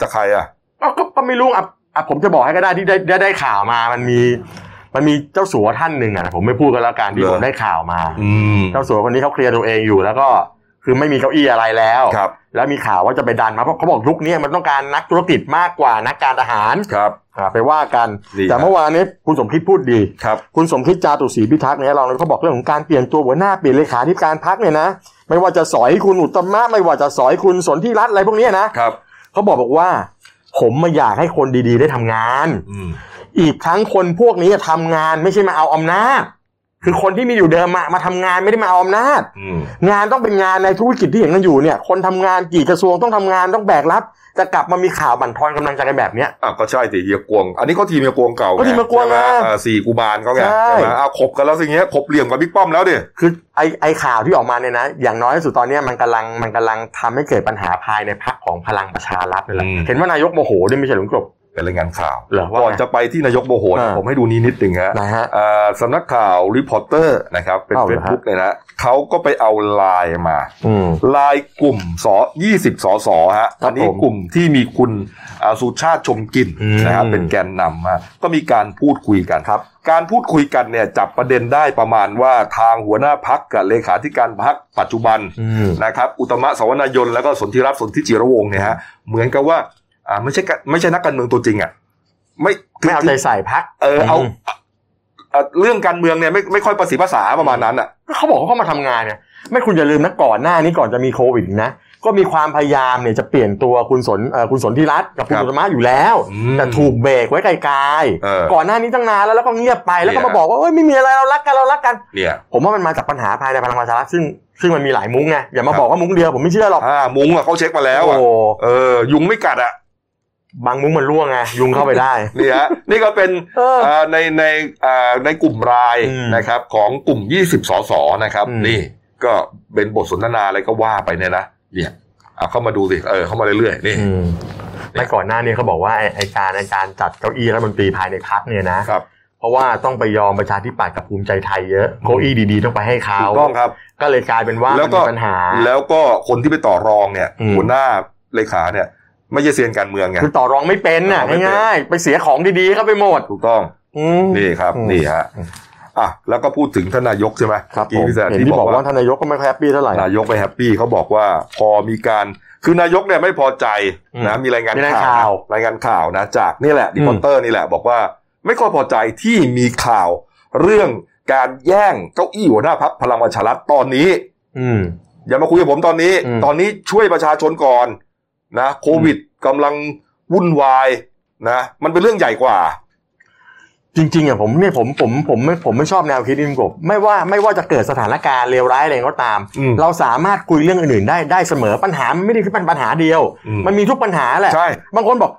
S1: จะใครอ่ะ
S2: เอ้าก็ก็ไม่รู้อ่ะอ่ะผมจะบอกให้ก็ได้ที่ได้ได้ได้ข่าวมามันมี มันมีเจ้าสัวท่านหนึ่งอ่ะผมไม่พูดกันแล้วกันที่
S1: เหรอ
S2: ผมได้ข่าวมา
S1: อืม
S2: เจ้าสัวคนนี้เขาเคลียร์ตัวเองอยู่แล้วก็ คือไม่มีเก้าอี้อะไรแล้ว
S1: ครับ
S2: แล้วมีข่าวว่าจะไปดันมาเพราะเขาบอกยุคนี้มันต้องการนักธุรกิจมากกว่านักการทหาร
S1: ครับ
S2: อ่าไปว่ากัน
S1: ดีค
S2: แต่
S1: รับ
S2: เมื่อวานนี้คุณสมคิดพูดดี
S1: ครับ
S2: คุณสมคิดจาตุศรีพิทักษ์เนี่ยรองนายกเขาบอกเรื่องของการเปลี่ยนตัวหัวหน้าเปลี่ยนเลขาธิการพักเนี่ยนะ ไม่ว่าจะสอยคุณอุตตมะไม่ว่าจะสอยคุณสนธิรัตน์อะไรพวกเนี้ยนะครับ เขาบอกบอกว่า ผมมาอยากให้คนดีๆได้ทำงาน
S1: อืม
S2: อีกทั้งคนพวกนี้ทำงานไม่ใช่มาเอาอำนาจ คือคนที่มีอยู่เดิมมามาทำงานไม่ได้มาเอาอำนาจ
S1: อืม
S2: งานต้องเป็นงานในธุรกิจที่เห็นกันอยู่เนี่ย คนทำงานกี่กระทรวงต้องทำงานต้องแบกรับ จะกลับมามีข่าวบั่นทอนกำลังใจกันแบบเนี้ย
S1: อ่ะก็ใช่สิเฮียกวง อันนี้เขาทีมเฮียกวงเก่า
S2: ก็ทีมเฮียกวง
S1: ใช่ไห
S2: นะ
S1: เออสี่กุมารเขาไง
S2: ใช่
S1: ใช่ไหมเอาขบกันแล้วสิเงี้ยขบเหลี่ยมกับบิ๊กป้อมแล้วดิ
S2: คือไอไอข่าวที่ออกมาเนี่ยนะ อย่างน้อยที่สุดตอนเนี้ยมันกำลังมันกำลังทำให้เกิดปัญหาภายในพรรคของพลังประชารัฐนี่แหละเห็นว่านายกโมโหด้วยไม่ใช่หรือลุงกบ
S1: เป็นรายงานข่าว
S2: เหรอว่า
S1: ก่อน
S2: ไง
S1: จะไปที่นายกโมโหนะ
S2: อ่า
S1: ผมให้ดูนี้นิดหนึ่งฮะ
S2: นะฮะ
S1: อ่าสำนักข่าวรีพอร์เตอร์นะครับ เป็น
S2: เอาเหรอ
S1: เฟ
S2: ฮะ
S1: ซบุ๊กเนี่ยนะเขาก็ไปเอาไลน์มา
S2: อืม
S1: ไลน์กลุ่มสอ20สอสอฮะ
S2: ครับ
S1: อันนี้
S2: ผม
S1: กลุ่มที่มีคุณอ่าสุชาติชมกลิน
S2: อืม
S1: นะครับเป็นแกนนำฮะก็มีการพูดคุยกัน
S2: ครับ
S1: การพูดคุยกันเนี่ยจับประเด็นได้ประมาณว่าทางหัวหน้าพักกับเลขาธิการพักปัจจุบัน
S2: อืม
S1: นะครับอุตมะสวนายนแล้วก็สนธิรัตน์สนธิจิรวงศ์เนี่ยฮะเหมือนกับว่าอ่าไม่ใช่กะไม่ใช่นักการเมืองตัวจริงอ่ะไม่คื
S2: ไม่เอาใจใส่พรรค
S1: เออเอาเอ่อเรื่องการเมืองเนี่ยไม่ไม่ค่อยประสีภาษาประมาณนั้นอ่ะ
S2: เขาบอกว่าเขามาทำงานเนี่ยไม่คุณอย่าลืมนะก่อนหน้านี้ก่อนจะมีโควิดนะ ก็มีความพยายามเนี่ยจะเปลี่ยนตัวคุณสนเอ่อคุณสนธิรัตน์กับคุณ
S1: ครับ
S2: อุตมะอยู่แล้ว
S1: อืม
S2: แต่ถูกเบรกไว้ไกล
S1: เออ
S2: ๆก่อนหน้านี้ตั้งนานแล้วแล้วก็เงียบไปแล้วก็มา
S1: เนี่ย
S2: บอกว่าเอ้ยไม่มีอะไรเรารักกันเรารักกัน
S1: เนี่ย
S2: ผมว่ามันมาจากปัญหาภายในพลังประชารัฐซึ่งซึ่งมันมีหลายมุ้งไงอย่ามาบอกว่ามุ้งเดียวผมไม่เชื่อหรอก
S1: อ่ามุ้งอ่ะเขาเช็คมาแล้วอ่ะ
S2: โอ้
S1: เออยุงไม่กัดอ่ะ
S2: บางมุ้งมันร่วงไงยุงเข้าไปได้
S1: นี่ฮะ นี่ก็เป็น
S2: เออ
S1: เอ่อในในเอ่อในกลุ่มราย
S2: อืม
S1: นะครับของกลุ่ม 20สสนะครับ
S2: อืม
S1: นี่ก็เป็นบทสนทนาอะไรก็ว่าไปเนี่ยนะเนี่ยเอาเข้ามาดูสิเออเข้ามาเรื่อยๆนี่
S2: มแต่ก่อนหน้านี้เขาบอกว่าไอ้ไอการไอการจัดเก้าอี้รัฐมนตรีภายในพักเนี่ยนะ
S1: ครับ
S2: เพราะว่าต้องไปยอมประชาธิปัตย์กับภูมิใจไทยเยอะเก้าอี้ดีๆต้องไปให้เขา
S1: ถูกต้องครับ
S2: ก็เลยกลายเป็นว่า
S1: แล้
S2: มั
S1: วน ก็
S2: มีปัญหา
S1: แล้วก็คนที่ไปต่อรองเนี่ย
S2: อืม
S1: หัวหน้าเลขาเนี่ย ไม่ใช่เซียนการเมืองไง
S2: คือต่อรองไม่เป็นน่ะ
S1: ต่อไม่เป็น
S2: ง่ายๆไปเสียของดีๆเข้าไปหมด
S1: ถูกต้อง
S2: อืม
S1: นี่ครับ
S2: อืม
S1: นี่ฮะอ่ะแล้วก็พูดถึงท่านนายกใช่ไหม
S2: ครับผ
S1: เมื่อ
S2: ม
S1: กี้พี่แซน
S2: เห็น
S1: ที่
S2: ที่
S1: บบ อ
S2: อกก
S1: ว่า
S2: ว่าท่านนายกก็ไม่ค่อยแฮปปี้เท่าไหร่
S1: นายกไม่แฮปปี้เขาบอกว่าพอมีการคือนายกเนี่ยไม่พอใจ
S2: อืม
S1: นะมีรายงาน
S2: มีรายงาน
S1: ข่า
S2: ข่าว ว
S1: รายงานข่าวนะจากนี่แหละดิพอเตอร์นี่แหละ บอกว่าไม่ค่อยพอใจที่มีข่าว เรื่องการแย่งเก้าอี้หัวหน้าพักพลังประชารัฐตอนนี้ อย่ามาคุยกับผมตอนนี้
S2: อืม
S1: ตอนนี้ช่วยประชาชนก่อนนะ โควิดกำลังวุ่นวายนะ มันเป็นเรื่องใหญ่กว่า
S2: จริงๆอ่ะผมเนี่ยผมผมผมไม่ผมไม่ชอบแนวคิดนี้คุณกบไม่ว่าไม่ว่าจะเกิดสถานการณ์เลวร้ายอะไรก็ตาม
S1: อืม
S2: เราสามารถคุยเรื่องอื่นๆได้ได้เสมอปัญหามันไม่ได้คือเป็นปัญหาเดียว
S1: อืม
S2: มันมีทุกปัญหาแหละ
S1: ใช่
S2: บางคนบอก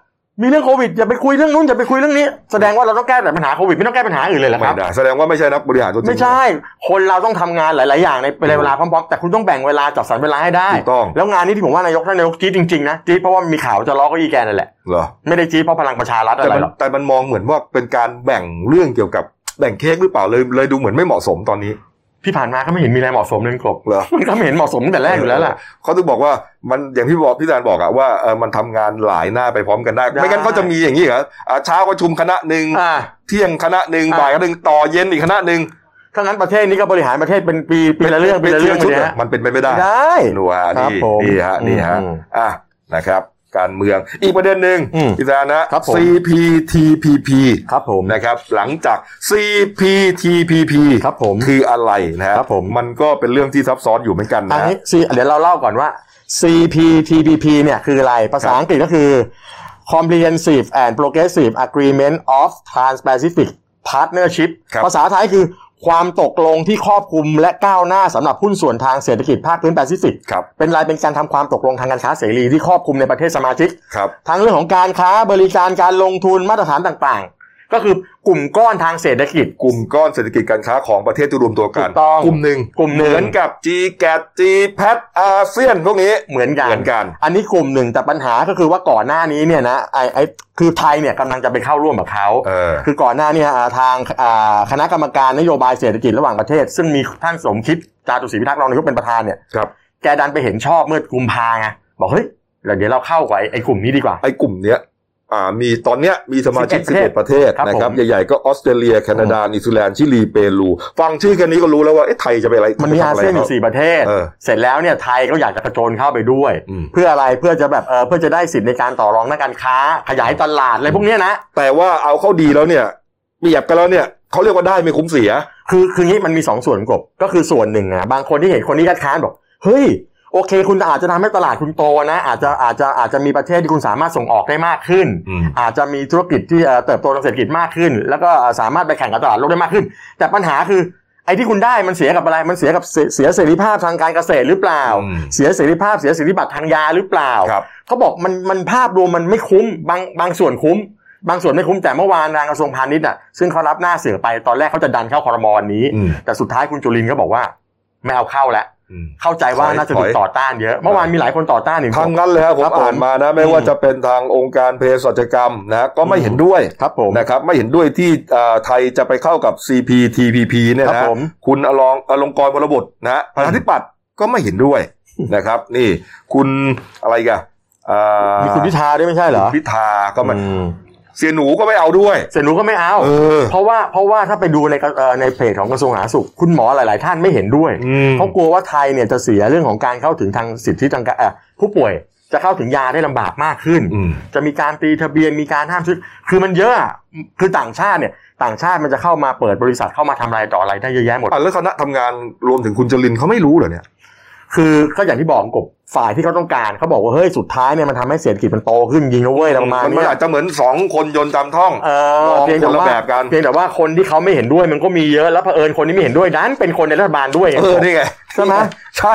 S2: มีเรื่องโควิดอย่าไปคุยเรื่องนู้นอย่าไปคุยเรื่องนี้ แสดงว่าเราต้องแก้แต่ปัญหาโควิดไม่ต้องแก้ปัญหาอื่นเลยเหรอค
S1: ไม่
S2: รับ
S1: ได้แสดงว่าไม่ใช่นักบริหารตัวจริง
S2: ไม่ใช่ คนเราต้องทำงานหลาย ๆ อย่างในในเวลาพร้อม ๆ แต่คุณต้องแบ่งเวลาจัดสรรเวลาให้ได้
S1: ถูกต้อง
S2: แล้วงานนี้ที่ผมว่านายกท่านนายกจี๊ดจริง ๆ นะจี๊ดเพราะว่ามีข่าวจะล้อเก็อีแกนั่นแหละ
S1: เหรอ
S2: ไม่ได้จี๊ดเพราะพลังประชารัฐอะ
S1: แต่
S2: ไร
S1: มัน
S2: หรอก
S1: แต่มันมองเหมือนว่าเป็นการแบ่งเรื่องเกี่ยวกับแบ่งเค้กหรือเปล่าเลยเลยดูเหมือนไม่เหมาะสมตอนนี้
S2: ที่ผ่านมาก็ไม่เห็นมีอะไรเหมาะสมเลยคุณกบ
S1: เหรอ
S2: มันก็ไม่เห็นเหมาะสมตั้งแต่แรกอยู่แล้วล่ะ
S1: เขาถึงบอกว่ามันอย่างที่บอกพี่แดนบอกอะว่าเออมันทำงานหลายหน้าไปพร้อมกันได้
S2: ได้
S1: ไม่งั้นเขาจะมีอย่างนี้เหรออ่ะเช้าประชุมคณะหนึ่ง
S2: อ่า
S1: เที่ยงคณะหนึ่ง
S2: อ่ะ
S1: บ่ายคณะหนึ่งต่อเย็นอีกคณะหนึ่ง
S2: ถ้างั้นประเทศนี้ก็บริหารประเทศเป็นปีปีละเรื่องปีละเรื่อง
S1: ชุด
S2: เล
S1: เห
S2: ย
S1: รอ
S2: นะ
S1: มันเป็นไปไม่ได้
S2: ได้
S1: หนัว
S2: ครับ
S1: นี่
S2: ผม
S1: นี่ฮะนี่ฮะ
S2: อืม
S1: อ่ะนะครับ การเมือง อีกประเด็นหนึ่ง
S2: อืม
S1: พิจารณะ
S2: ครับผม
S1: CPTPP
S2: ครับผม
S1: นะครับหลังจาก CPTPP
S2: ครับผม
S1: คืออะไรนะฮะ
S2: ครับผม
S1: มันก็เป็นเรื่องที่ซับซ้อนอยู่เหมือนกัน
S2: อัน
S1: นะ
S2: นี้ C- เดี๋ยวเราเล่าก่อนว่า CPTPP เนี่ยคืออะไร ภาษา
S1: ครับ
S2: อังกฤษก็คือ Comprehensive and Progressive Agreement of Trans-Pacific Partnership
S1: ครับ
S2: ภาษาไทยคือความตกลงที่ครอบคลุมและก้าวหน้าสำหรับหุ้นส่วนทางเศรษฐกิจภาคพื้นแปซิฟิก
S1: ครับ
S2: เป็นรายเป็นการทำความตกลงทางการค้าเสรีที่ครอบคลุมในประเทศสมาชิก
S1: ครับ
S2: ทั้งเรื่องของการค้าบริการการลงทุนมาตรฐานต่างๆ ก็คือกลุ่มก้อนทางเศรษฐกิจ
S1: กลุ่มก้อนเศรษฐกิจการค้าของประเทศที่รวมตัวกัน
S2: ถูกต้อง
S1: กลุ่มหนึ่ง
S2: กลุ่มหนึ่ง
S1: เหมือนกับ G แกด G แพทอาเซียนพวกนี้
S2: เหมือนกัน
S1: เหมือนกัน
S2: อันนี้กลุ่มหนึ่งแต่ปัญหาก็คือว่าก่อนหน้านี้เนี่ยนะไอไอคือไทยเนี่ยกำลังจะไปเข้าร่วมกับเขา
S1: เออ
S2: คือก่อนหน้าเนี้ทางอ่าคณะกรรมการนโยบายเศรษฐกิจระหว่างประเทศ ซึ่งมีท่านสมคิดจาตุศรีพิทักษ์รองนายกเป็นประธานเนี่ย
S1: ครับ
S2: แกดันไปเห็นชอบเมื่อกุมภาไงบอกเฮ้ยแล้วเดี๋ยวเราเข้ากับไอ้ไอ้กลุ่มนี้ดีกว่า
S1: ไอ้กลุ่มเนี้ยอ่ามีตอนเนี้ยมีสมาชิก
S2: 11
S1: 11 ประเทศ
S2: ครับ
S1: นะครับ
S2: ผม
S1: ใหญ่ๆ ก็ออสเตรเลีย แคนาดา นิวซีแลนด์ ชิลี เปรู ฟังชื่อแค่นี้ก็รู้แล้วว่าเอ๊ะไทยจะไปอะไร
S2: มันมี
S1: จะ
S2: อา
S1: ทำะไร
S2: เซียนอยู่
S1: ข
S2: สี่ประเทศ
S1: เออ
S2: เสร็จแล้วเนี่ยไทยก็อยากจะกระโจนเข้าไปด้วย
S1: อืม
S2: เพื่ออะไรเพื่อจะแบบเออเพื่อจะได้สิทธิ์ในการต่อรองด้านการค้า ขยายตลาดอะไรพวกเนี้ยนะ
S1: แต่ว่าเอาเข้าดีแล้วเนี่ยเปรียบกันแล้วเนี่ยเขาเรียกว่าได้ไม่คุ้มเสีย
S2: คือคืองี้มันมีสองส่วนกบก็คือส่วนหนึ่งอ่ะบางคนที่เห็นคนนี้คัดค้านบอกเฮ้ยโอเค คุณอาจจะทำให้ตลาดคุณโตนะ อาจจะอาจจะอาจจะมีประเทศที่คุณสามารถส่งออกได้มากขึ้น
S1: อืม
S2: อาจจะมีธุรกิจที่เอ่อเติบโตทางเศรษฐกิจมากขึ้น แล้วก็เอ่อสามารถไปแข่งกับตลาดโลกได้มากขึ้น แต่ปัญหาคือไอ้ที่คุณได้มันเสียกับอะไรมันเสียกับเสเสียเสรีภาพทางการเกษตรหรือเปล่า
S1: อืม
S2: เสียเสรีภาพเสียสิทธิบัตรทางยาหรือเปล่า
S1: ครับ
S2: เขาบอกมันมันภาพรวมมันไม่คุ้มบางบางส่วนคุ้ม บางส่วนไม่คุ้มแต่เมื่อวานทางกระทรวงพาณิชย์อ่ะซึ่งเขารับหน้าเสือไปตอนแรกเขาจะดันเข้าคอรมอนนี้
S1: อืม
S2: แต่สุดท้ายคุณจุลินก็บอกว่า ไม่เอาเข้าแล้ว
S1: อืม
S2: เข้าใจว่า
S1: ถอย
S2: น่าจะ
S1: ถ
S2: ถู
S1: อย
S2: กต่อต้านเยอะ เมื่อวานมีหลายคนต่อต้านหนึ่งค
S1: ทั้
S2: น
S1: งนั้นเลยครับผม
S2: ครับผม
S1: อ่านมานะไม่
S2: อืม
S1: ว่าจะเป็นทางองค์การเภสัชกรรมนะก็ไม่เห็นด้วย
S2: ครับผม
S1: นะครับไม่เห็นด้วยที่เอ่อไทยจะไปเข้ากับ CPTPP เนี่ย
S2: ครั
S1: นะ
S2: บผม
S1: คุณอลองอลงกรณ์วรบดนะประชาธิปัตย์ก็ไม่เห็นด้วยนะครับ นี่คุณอะไรกันอ่า
S2: มีคุณพิธาด้วยไม่ใช่เหรอ
S1: คุณพิธาก็มัน
S2: อืม
S1: เสียหนูก็ไม่เอาด้วย
S2: เสยหนูก็ไม่เอา
S1: เออ
S2: เพราะว่าเพราะว่าถ้าไปดูในกระเอ่อในเพจของกระทรวงสาธารณสุข คุณหมอหลาย ๆ ท่านไม่เห็นด้วย
S1: อืม
S2: เขากลัวว่าไทยเนี่ยจะเสียเรื่องของการเข้าถึงทางสิทธิทางการเอ่อผู้ป่วยจะเข้าถึงยาได้ลำบากมากขึ้น
S1: อืม
S2: จะมีการตีทะเบียนมีการห้ามซื้อคือมันเยอะอะคือต่างชาติเนี่ยต่างชาติมันจะเข้ามาเปิดบริษัทเข้ามาทำอะไรต่ออะไรได้เยอะแยะหมด
S1: อ่ะแล้วคณะทำงานรวมถึงคุณจรินเขาไม่รู้เหรอเนี่ย
S2: คือก็อย่างที่บอกกบฝ่ายที่เขาต้องการเขาบอกว่าเฮ้ยสุดท้ายเนี่ยมันทำให้เศรษฐกิจมันโตขึ้นจริงนะเว้ยอะไรประมาณ
S1: มัน
S2: เนี้ย
S1: อาจจะเหมือนสองคนยนต์ตามท่อง
S2: เออ
S1: มอง
S2: เพียงแต่
S1: คนละ
S2: ว่า
S1: แบบกัน
S2: เพียงแต่ว่าคนที่เขาไม่เห็นด้วยมันก็มีเยอะแล้วเผอิญคนที่ไม่เห็นด้วยนั้นเป็นคนในรัฐบาลด้วยไง
S1: เออนี่ไง
S2: ใช่ไหม
S1: ใช่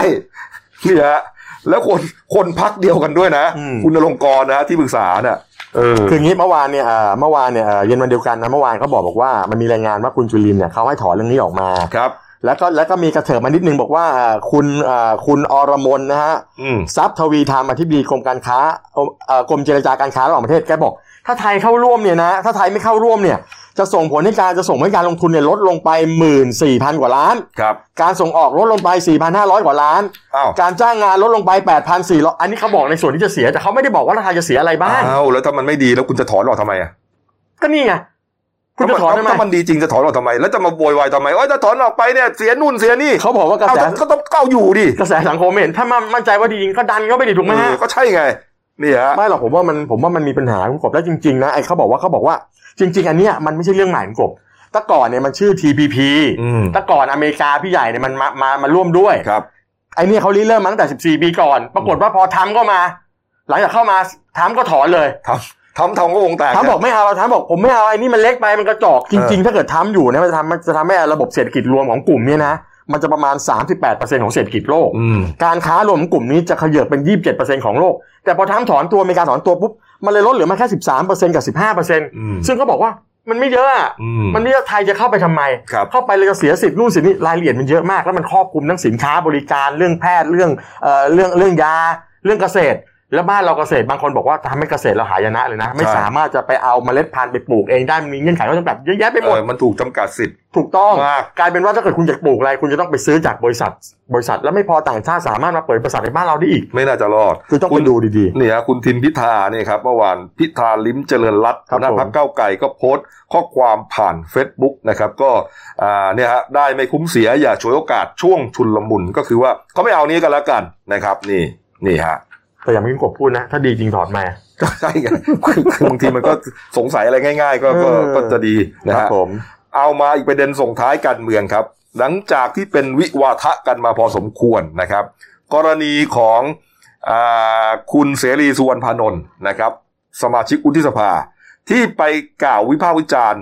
S1: นี่ฮะแล้วคนคนพักเดียวกันด้วยนะ
S2: อืม
S1: คุณอลงกรณ์นะที่ปรึกษาน่ะเออ
S2: คืออย่างงี้เมื่อวานเนี่ยเอ่อเมื่อวานเนี่ยเอ่อเย็นวันเดียวกันนะเมื่อวานเขาบอกบอกว่ามันมีรายงานว่าคุณจุลินเนี่ยเขาให้ถอนเรื่องนี้ออกมา
S1: ครับ
S2: แล้วก็แล้วก็มีกระเถิบมานิดนึงบอกว่าเอ่อคุณเอ่อคุณอรมนนะฮะ
S1: อืม
S2: ทรัพย์ทวีธรรมอธิบดีกรมการค้าเอ่อเอ่อกรมเจรจาการค้าระหว่างประเทศแกบอก ถ้าไทยเข้าร่วมเนี่ยนะ ถ้าไทยไม่เข้าร่วมเนี่ยจะส่งผลให้การจะส่งผลให้การลงทุนเนี่ยลดลงไป 14,000 กว่าล้าน
S1: ครับ
S2: การส่งออกลดลงไป 4,500 กว่าล้าน
S1: อ้าว
S2: การจ้างงานลดลงไป 8,400 อันนี้เขาบอกในส่วนที่จะเสียแต่เขาไม่ได้บอกว่ารัฐไทยจะเสียอะไรบ้าง
S1: อ้าวแล้วถ้ามันไม่ดีแล้วคุณจะถอนออกทำไมอ่ะ
S2: ก็นี่ไงคุณจะถอนทำไม
S1: ถ้ามันดีจริงจะถอนออกทำไม แล้วจะมาโวยวายทำไมเอ้ยจะถอนออกไปเนี่ยเสียนู่นเสียนี่
S2: เขาบอกว่ากระ
S1: เอา
S2: แส
S1: แต่ก็ต้องเก้าอยู่ดิ
S2: กระแสสังคมไม่เห็นถ้ามันมั่นใจว่าดีจริงก็ดันก็ไม่ดีถูกไหม
S1: เอ
S2: ฮะ
S1: อก็ใช่ไง นี่ฮะ
S2: ไม่หรอกผมว่ามันผมว่ามันมีปัญหาคุณกบแล้วจริงๆนะไอ้เขาบอกว่าเขาบอกว่าจริง ๆ อันเนี้ยมันไม่ใช่เรื่องใหม่คุณกบแต่ก่อนเนี่ยมันชื่อ TPP
S1: อืม
S2: แต่ก่อนอเมริกาพี่ใหญ่เนี่ยมันมามามาร่วมด้วย
S1: ครับ
S2: ไอ้เนี่ยเขาริเริ่มมาตั้งแต่ 14 ปีก่อน ปรากฏว่าพอทำก็มา หลังจากเข้ามาทำก็ถอนเลย
S1: ทำทำทองก็วงแตก
S2: ทำบอกไม่เอาทำบอกผมไม่เอาไอ้นี่มันเล็กไปมันกระจอกจริง ๆ ถ้าเกิดทำอยู่เนี่ยมันจะทำมันจะทำให้ระบบเศรษฐกิจรวมของกลุ่มเนี่ยนะมันจะประมาณ 38%ของเศรษฐกิจโลก
S1: อืม
S2: การค้ารวมของกลุ่มนี้จะเขยิบเป็น 27%ของโลก แต่พอทั้งถอนตัวอเมริกาถอนตัวปุ๊บ มันเลยลดเหลือมาแค่ 13%กับ
S1: ม
S2: 15%ซึ่งเขาบอกว่ามันไม่เยอะอะ
S1: อืม
S2: มันไม่เยอะไทยจะเข้าไปทำไม
S1: ครับ
S2: เข้าไปเลยจะเสียสิทธิ์นู่นสิทธิ์นี่รายละเอียดมันเยอะมาก แล้วมันครอบคลุมทั้งสินค้าบริการเรื่องแพทย์เรื่องเอ่อเรื่องเรื่องยา เรื่องเกษตร แล้วบ้านเราเกษตรบางคนบอกว่าทำให้เกษตรเราหายนะเลยนะ ไม่
S1: ใช่
S2: สามารถจะไปเอาเมล็ดพันธุ์ไปปลูกเองได้มันมีเงื่อนไขข้อจำกัดเยอะแยะไปหม
S1: เออ
S2: ด
S1: มันถูกจำกัดสิทธิ์
S2: ถูกต้อง
S1: มาก
S2: กลายเป็นว่าถ้าเกิดคุณอยากปลูกอะไร คุณจะต้องไปซื้อจากบริษัท บริษัทแล้วไม่พอต่างชาติสามารถมาเปิดบริษัทในบ้านเราได้อีก
S1: ไม่น่าจะรอด
S2: คือต้องไปดูดี
S1: นี่ฮะคุณทิมพิธาเนี่ยครับเมื่อวานพิธาลิ้มเจริญรัตน์
S2: ครับ
S1: หัวหน้า
S2: ผม
S1: พักเก้าวไก่ก็โพสต์ข้อความผ่าน Facebook นะครับก็อ่าเนี่ยฮะได้ไม่คุ้มเสียอย่าฉวยโอกาสช่วงชุนลมุนก็คือว่าเขาไม่เอานี้กันแล้วกันนะครับ นี่นี่ฮะ
S2: แต่อย่ามายิ่งกบพูดนะ ถ้าดีจริงถอดมา
S1: ใช่ไง คือคือบางทีมันก็สงสัยอะไรง่าย ๆ ก็ก็
S2: เออ
S1: ก็จะดีนะ
S2: ครั
S1: ฮะ
S2: ผม
S1: เอามาอีกประเด็นส่งท้ายการเมืองครับ หลังจากที่เป็นวิวาทะกันมาพอสมควรนะครับ กรณีของอาคุณเสรีสุวรรณพานนท์นะครับ สมาชิกวุฒิสภา ที่ไปกล่าววิพากษ์วิจารณ์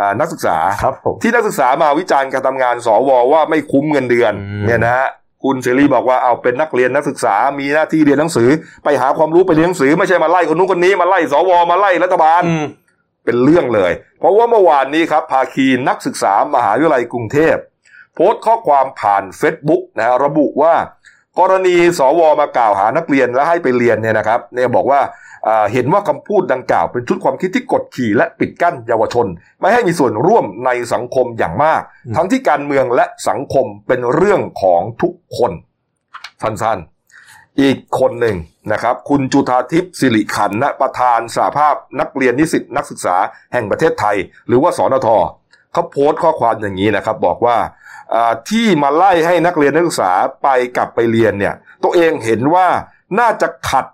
S1: อ่านักศึกษา
S2: ครับผม
S1: ที่นักศึกษามาวิจารณ์การทำงานสวว่าไม่คุ้มเงินเดือน
S2: อืม
S1: เนี่ยนะฮะคุณเสรีบอกว่าเอาเป็นนักเรียนนักศึกษามีหน้าที่เรียนหนังสือ ไปหาความรู้ไปเรียนหนังสือไม่ใช่มาไล่คนนู้นคนนี้มาไล่สวมาไล่รัฐบาล
S2: อืม
S1: เป็นเรื่องเลย เพราะว่าเมื่อวานนี้ครับ ภาคีนักศึกษามหาวิทยาลัยกรุงเทพ โพสต์ข้อความผ่าน Facebook นะฮะระบุว่า กรณีสวมากล่าวหานักเรียนและให้ไปเรียนเนี่ยนะครับเนี่ยบอกว่าอ่าเห็นว่าคำพูดดังกล่าวเป็นชุดความคิดที่กดขี่และปิดกั้นเยาวชน ไม่ให้มีส่วนร่วมในสังคมอย่างมาก
S2: อืม
S1: ทั้งที่การเมืองและสังคมเป็นเรื่องของทุกคนสั้นๆ อีกคนหนึ่งนะครับ คุณจุธาทิพย์สิริขันธ์ณประธานสาภาพนักเรียนนิสิตนักศึกษาแห่งประเทศไทย หรือว่าสนทเขาโพสต์ข้อความอย่างนี้นะครับ บอกว่าอ่าที่มาไล่ให้นักเรียนนักศึกษาไปกลับไปเรียนเนี่ย ตัวเองเห็นว่าน่าจะขัด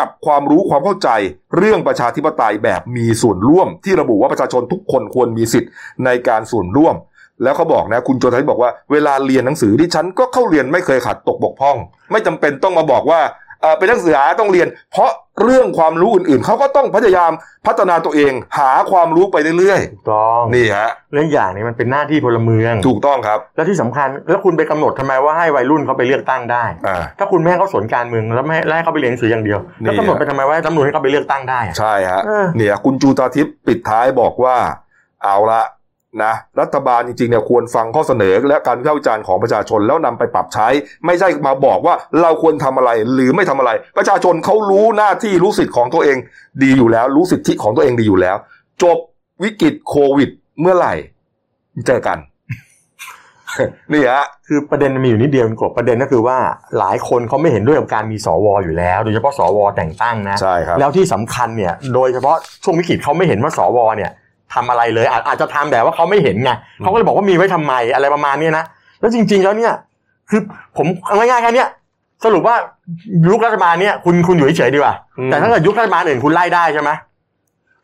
S1: กับความรู้ความเข้าใจ เรื่องประชาธิปไตยแบบมีส่วนร่วม ที่ระบุว่าประชาชนทุกคนควรมีสิทธิ์ในการส่วนร่วม แล้วเขาบอกนะ คุณโจทยบอกว่าเวลาเรียนหนังสือที่ฉันก็เข้าเรียนไม่เคยขาดตกบกพร่อง ไม่จำเป็นต้องมาบอกว่าเอ่อเป็นนักศึกษาต้องเรียน เพราะเรื่องความรู้อื่นๆ เขาก็ต้องพยายามพัฒนาตัวเอง หาความรู้ไปเรื่อย
S2: ถูกต้อง
S1: ๆ นี่ฮะ
S2: เรื่องอย่างนี้มันเป็นหน้าที่พลเมือง
S1: ถูกต้องครับ
S2: แล้วที่สำคัญแล้วคุณไปกำหนดทำไมว่าให้วัยรุ่นเขาไปเลือกตั้งได้
S1: อ่า
S2: ถ้าคุณแม่ให้เขาสนการเมืองแล้วไม่ให้แล้วให้เขาไปเรียนหนังสืออย่างเดียว
S1: นี่
S2: แล้วกำหนดไปทำไมว่าให้ตำรวจให้เขาไปเลือกตั้งได้อะ
S1: ใช่ฮะ
S2: เออ
S1: เนี่ยคุณจูตาทิพย์ปิดท้ายบอกว่าเอาละนะรัฐบาลจริงๆเนี่ยควรฟังข้อเสนอและการวิพากษ์วิจารณ์ของประชาชนแล้วนำไปปรับใช้ ไม่ใช่มาบอกว่าเราควรทำอะไรหรือไม่ทำอะไร ประชาชนเขารู้หน้าที่รู้สิทธิ์ของตัวเองดีอยู่แล้ว รู้สิทธิของตัวเองดีอยู่แล้ว จบวิกฤตโควิดเมื่อไหร่ เจอกัน นี่ฮะ
S2: คือประเด็นมันมีอยู่นิดเดียวกบประเด็นก็คือว่าหลายคนเขาไม่เห็นด้วยกับการมีสวอยู่แล้ว โดยเฉพาะสวแต่งตั้งนะ
S1: ใช่ครับ
S2: แล้วที่สำคัญเนี่ยโดยเฉพาะช่วงวิกฤตเขาไม่เห็นว่าสวเนี่ยทำอะไรเลยอาจอาจจะทำแต่ว่าเขาไม่เห็นไงเขาก็เลยบอกว่ามีไว้ทำไมอะไรประมาณเนี้ยนะแล้วจริง ๆแล้วเนี่ยคือผมเอาง่ายๆแค่เนี้ยสรุปว่ายุครัฐบาลเนี่ยคุณคุณอยู่เฉยๆดีกว่า
S1: อืม
S2: แต่ถ้าเกิดยุครัฐบาลอื่นคุณไล่ได้ใช่ไหม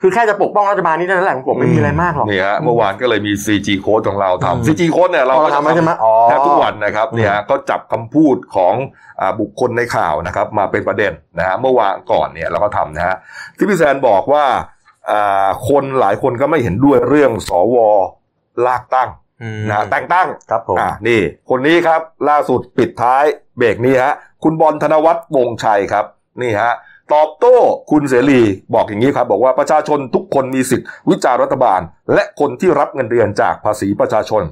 S2: คือแค่จะปกป้องรัฐบาลนี้เท่านั้นแหละผมไม่มีอะไรมากหรอก
S1: นี่ฮะเมื่อวานก็เลยมี 4G code ของเรา
S2: อืม
S1: ทำ 4G code เนี่ยเรา
S2: เรา
S1: ก็
S2: ทำ
S1: จะ
S2: ไว้
S1: ทำ
S2: ใช่ไหมอ๋อ
S1: แทบทุกวันนะครับ
S2: อืม
S1: เนี่ยก็จับคำพูดของอาบุคคลในข่าวนะครับ มาเป็นประเด็นนะฮะเมื่อวานก่อนเนี่ยเราก็ทำนะฮะที่พี่แซนบอกว่าอ่าคนหลายคนก็ไม่เห็นด้วยเรื่องสวลากตั้ง
S2: อืม
S1: นะฮะแต่งตั้ง
S2: ครับผม
S1: อ่านี่ คนนี้ครับล่าสุดปิดท้ายเบรกนี้ฮะคุณบอลธนวัฒน์วงชัยครับนี่ฮะตอบโต้คุณเสรีบอกอย่างนี้ครับ บอกว่าประชาชนทุกคนมีสิทธิ์วิจารณ์รัฐบาล และคนที่รับเงินเดือนจากภาษีประชาชน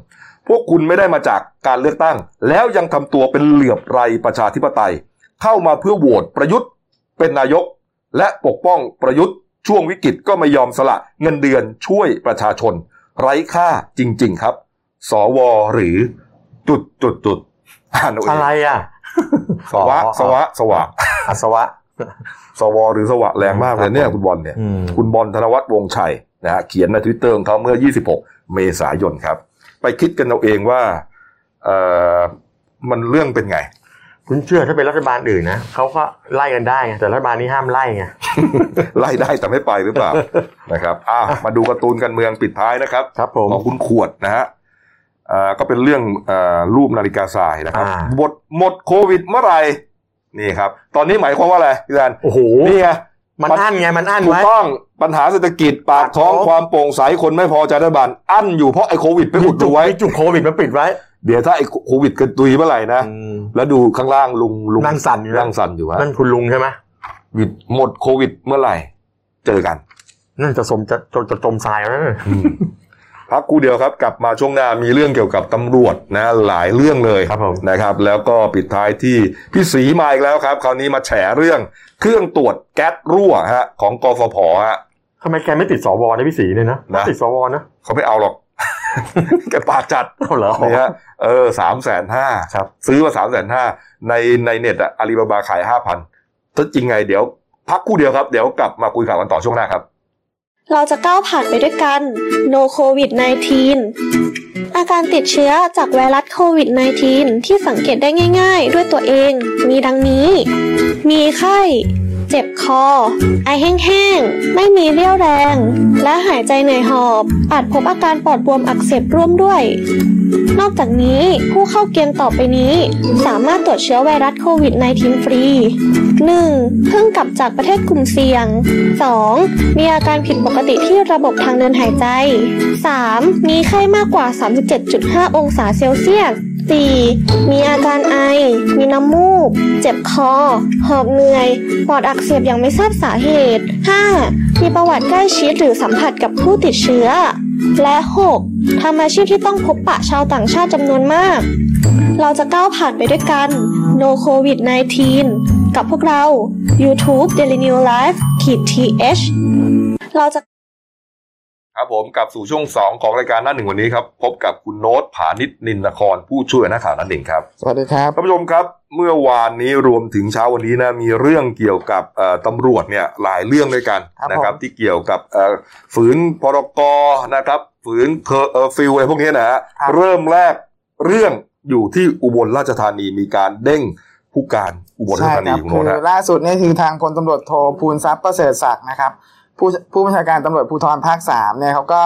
S1: พวกคุณไม่ได้มาจากการเลือกตั้ง แล้วยังทำตัวเป็นเหลือบไรประชาธิปไตย เข้ามาเพื่อโหวตประยุทธ์เป็นนายก และปกป้องประยุทธ์ช่วงวิกฤตก็ไม่ยอมสละเงินเดือนช่วยประชาชน ไร้ค่าจริง ๆ ครับ สวหรือจุดจุดจุดอ่านเอาเอ
S2: อะไร
S1: ง
S2: อ่ะ
S1: สวะสวะสวะ
S2: อาสวะ
S1: สวหรือสวะแรงมากเลยเนี่ยคุณบอลเนี่ย คุณบอลธนวัฒน์วงชัยนะฮะเขียนในทวิตเตอร์ของเขาเมื่อ 26 เมษายนครับ ไปคิดกันเอาเองว่าเออมันเรื่องเป็นไง
S2: คุณเชื่อถ้าเป็นรัฐบาลอื่นนะเขาก็ไล่กันได้ไงแต่รัฐบาลนี้ห้ามไล่ไง
S1: ไล่ได้แต่ไม่ไปหรือเปล่า นะครับอ่ะมาดูการ์ตูนการเมืองปิดท้ายนะครับ
S2: ครับผม
S1: ของคุณขวดนะฮะอ่าก็เป็นเรื่องอารูปนาฬิกาทรายนะครับ
S2: อ่า
S1: บทหมดโควิดเมื่อไหร่นี่ครับ ตอนนี้หมายความว่าอะไรพี่แดน
S2: โอ้โห
S1: นี่ไง
S2: มันอั้นไง มันอั้น
S1: ถูก
S2: ไว้
S1: ต้องปัญหาเศรษฐกิจปากท้อง
S2: ปากท้อง
S1: ความโปร่งใสคนไม่พอใจรัฐบาลอั้นอยู่เพราะไอ้โควิดไปอุด
S2: จุ
S1: ดู
S2: ก
S1: ไว้
S2: ไว้จุกโควิดมาปิดไว้
S1: เดี๋ยวถ้าไอ้โควิดกระตุยเมื่อไหร่นะ
S2: อืม
S1: แล้วดูข้างล่างลุงลุง
S2: นั่งสั่นอยู่นะ
S1: นั่งสั่นอยู่ฮะ
S2: นั่นคุณลุงใช่ไหม
S1: วิดหมดโควิดเมื่อไหร่ เจอกัน
S2: นั่นจะสมจะจะจะจมทรายแล้วนะ
S1: พักกูเดียวครับ กลับมาช่วงหน้ามีเรื่องเกี่ยวกับตำรวจนะหลายเรื่องเลย
S2: ครับผม
S1: นะครับ แล้วก็ปิดท้ายที่พี่สีมาอีกแล้วครับ คราวนี้มาแฉเรื่อง เครื่องตรวจแก๊สรั่วฮะ ของกฟผฮะ
S2: ทำไมแกไม่ติดสวนะพี่สีเนี่ยนะ
S1: นะ
S2: ติดสวนะ
S1: เขาไม่เอาหรอก แกปากจัด
S2: เอาเหรอ
S1: นี่ฮะเออสามแสนห้า
S2: ครับ
S1: ซื้อมาสามแสนห้าในในเน็ตอะอาลีบาบาขายห้าพันถ้าจริงไงเดี๋ยว พักครู่เดียวครับ เดี๋ยวกลับมาคุยข่าวกันต่อช่วงหน้าครับ
S3: เราจะก้าวผ่านไปด้วยกัน No COVID 19อาการติดเชื้อจากไวรัสโควิด -19 ที่สังเกตได้ง่ายๆ ด้วยตัวเองมีดังนี้ มีไข้ เจ็บคอ ไอแห้งๆ ไม่มีเรี่ยวแรง และหายใจเหนื่อยหอบ อาจพบอาการปอดบวมอักเสบร่วมด้วย นอกจากนี้ผู้เข้าเกณฑ์ต่อไปนี้ สามารถตรวจเชื้อไวรัสโควิด -19 ฟรี 1. เพิ่งกลับจากประเทศกลุ่มเสี่ยง 2. มีอาการผิดปกติที่ระบบทางเดินหายใจ 3. มีไข้มากกว่า 37.5 องศาเซลเซียส 4. มีอาการไอ มีน้ำมูก เจ็บคอ หอบเหนื่อย ปอดอักเสบอย่างไม่ทราบสาเหตุ 5. มีประวัติใกล้ชิดหรือสัมผัสกับผู้ติดเชื้อ และ 6. ทำอาชีพที่ต้องพบปะชาวต่างชาติจำนวนมาก เราจะก้าวผ่านไปด้วยกัน No COVID 19 กับพวกเรา YouTube Daily New Life ขีด th เราจะ
S1: ครับผมกลับสู่ช่วง 2 ของรายการหน้าหนึ่งวันนี้ครับ พบกับคุณโน้ตผานิชนินนครผู้ช่วยนักข่าวหน้าหนึ่งครับ
S2: สวัสดีครับ
S1: ท่านผู้ชมครับเมื่อวานนี้รวมถึงเช้าวันนี้นะมีเรื่องเกี่ยวกับเอ่อตำรวจเนี่ยหลายเรื่องด้วยกัน
S2: ครับ
S1: นะครับ
S2: ผม
S1: ที่เกี่ยวกับเอ่อฝืนพรกนะครับฝืนเคอร์เอ่อฟิลอะไรพวกนี้นะฮะเริ่มแรกเรื่องอยู่ที่อุบลราชธานีมีการเด้งผู้การอุบลราชธานีของโน้น
S4: คื
S1: นะ
S4: อล่าสุดนี่คือทางพลตำรวจโทภูนทรัพย์ประเสริฐศักดิ์นะครับ ผู้ผู้บัญชาการตำรวจภูธรภาคสามเนี่ยเขาก็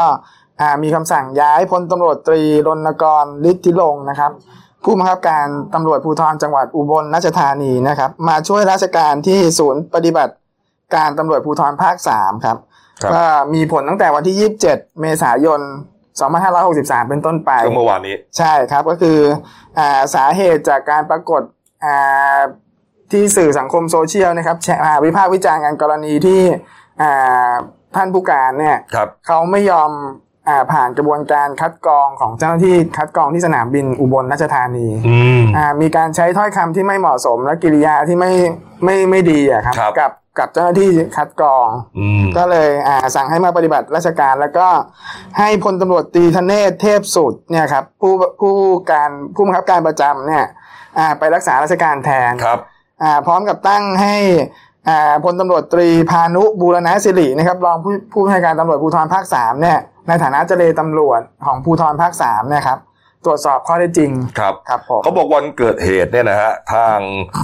S4: อ่ามีคำสั่งย้ายพลตำรวจตรีรณกรฤทธิลงค์นะครับ ผู้บังคับการตำรวจภูธรจังหวัดอุบลราชธานีนะครับ มาช่วยราชการที่ศูนย์ปฏิบัติการตำรวจภูธรภาคสามครับ
S1: ครับ
S4: ก็มีผลตั้งแต่วันที่ 27 เมษายน 2563 เป็นต้นไป
S1: ก็เมื่อวานนี้
S4: ใช่ครับก็คืออาสาเหตุจากการปรากฏอ่าที่สื่อสังคมโซเชียลนะครับแชร์อ่าวิพากษ์วิจารณ์กันกรณีที่อ่าท่านผู้การเนี่ย
S1: ครับ
S4: เขาไม่ยอมอาผ่านกระบวนการคัดกรองของเจ้าหน้าที่คัดกรองที่สนามบินอุบลราชธานี
S1: อืม
S4: อ่ามีการใช้ถ้อยคำที่ไม่เหมาะสมและกิริยาที่ไม่ไม่ไม่ดีอะครับ
S1: ครับ
S4: กับกับเจ้าหน้าที่คัดกรอง
S1: อืม
S4: ก็เลยอ่าสั่งให้มาปฏิบัติราชการแล้วก็ให้พลตำรวจตรีธเนศเทพสุดเนี่ยครับผู้ผู้การผู้บังคับการประจำเนี่ยอ่าไปรักษาราชการแทน
S1: ครับ
S4: อ่าพร้อมกับตั้งให้อ่าพลตำรวจตรีพานุบูรณสิรินะครับรองผู้ผู้บัญชาการตำรวจภูธรภาคสามเนี่ยในฐานะเจเลตำรวจของภูธรภาคสามเนี่ยครับตรวจสอบข้อได้จริง
S1: ครับ
S4: ครับผม
S1: เขาบอกวันเกิดเหตุเนี่ยนะฮะทาง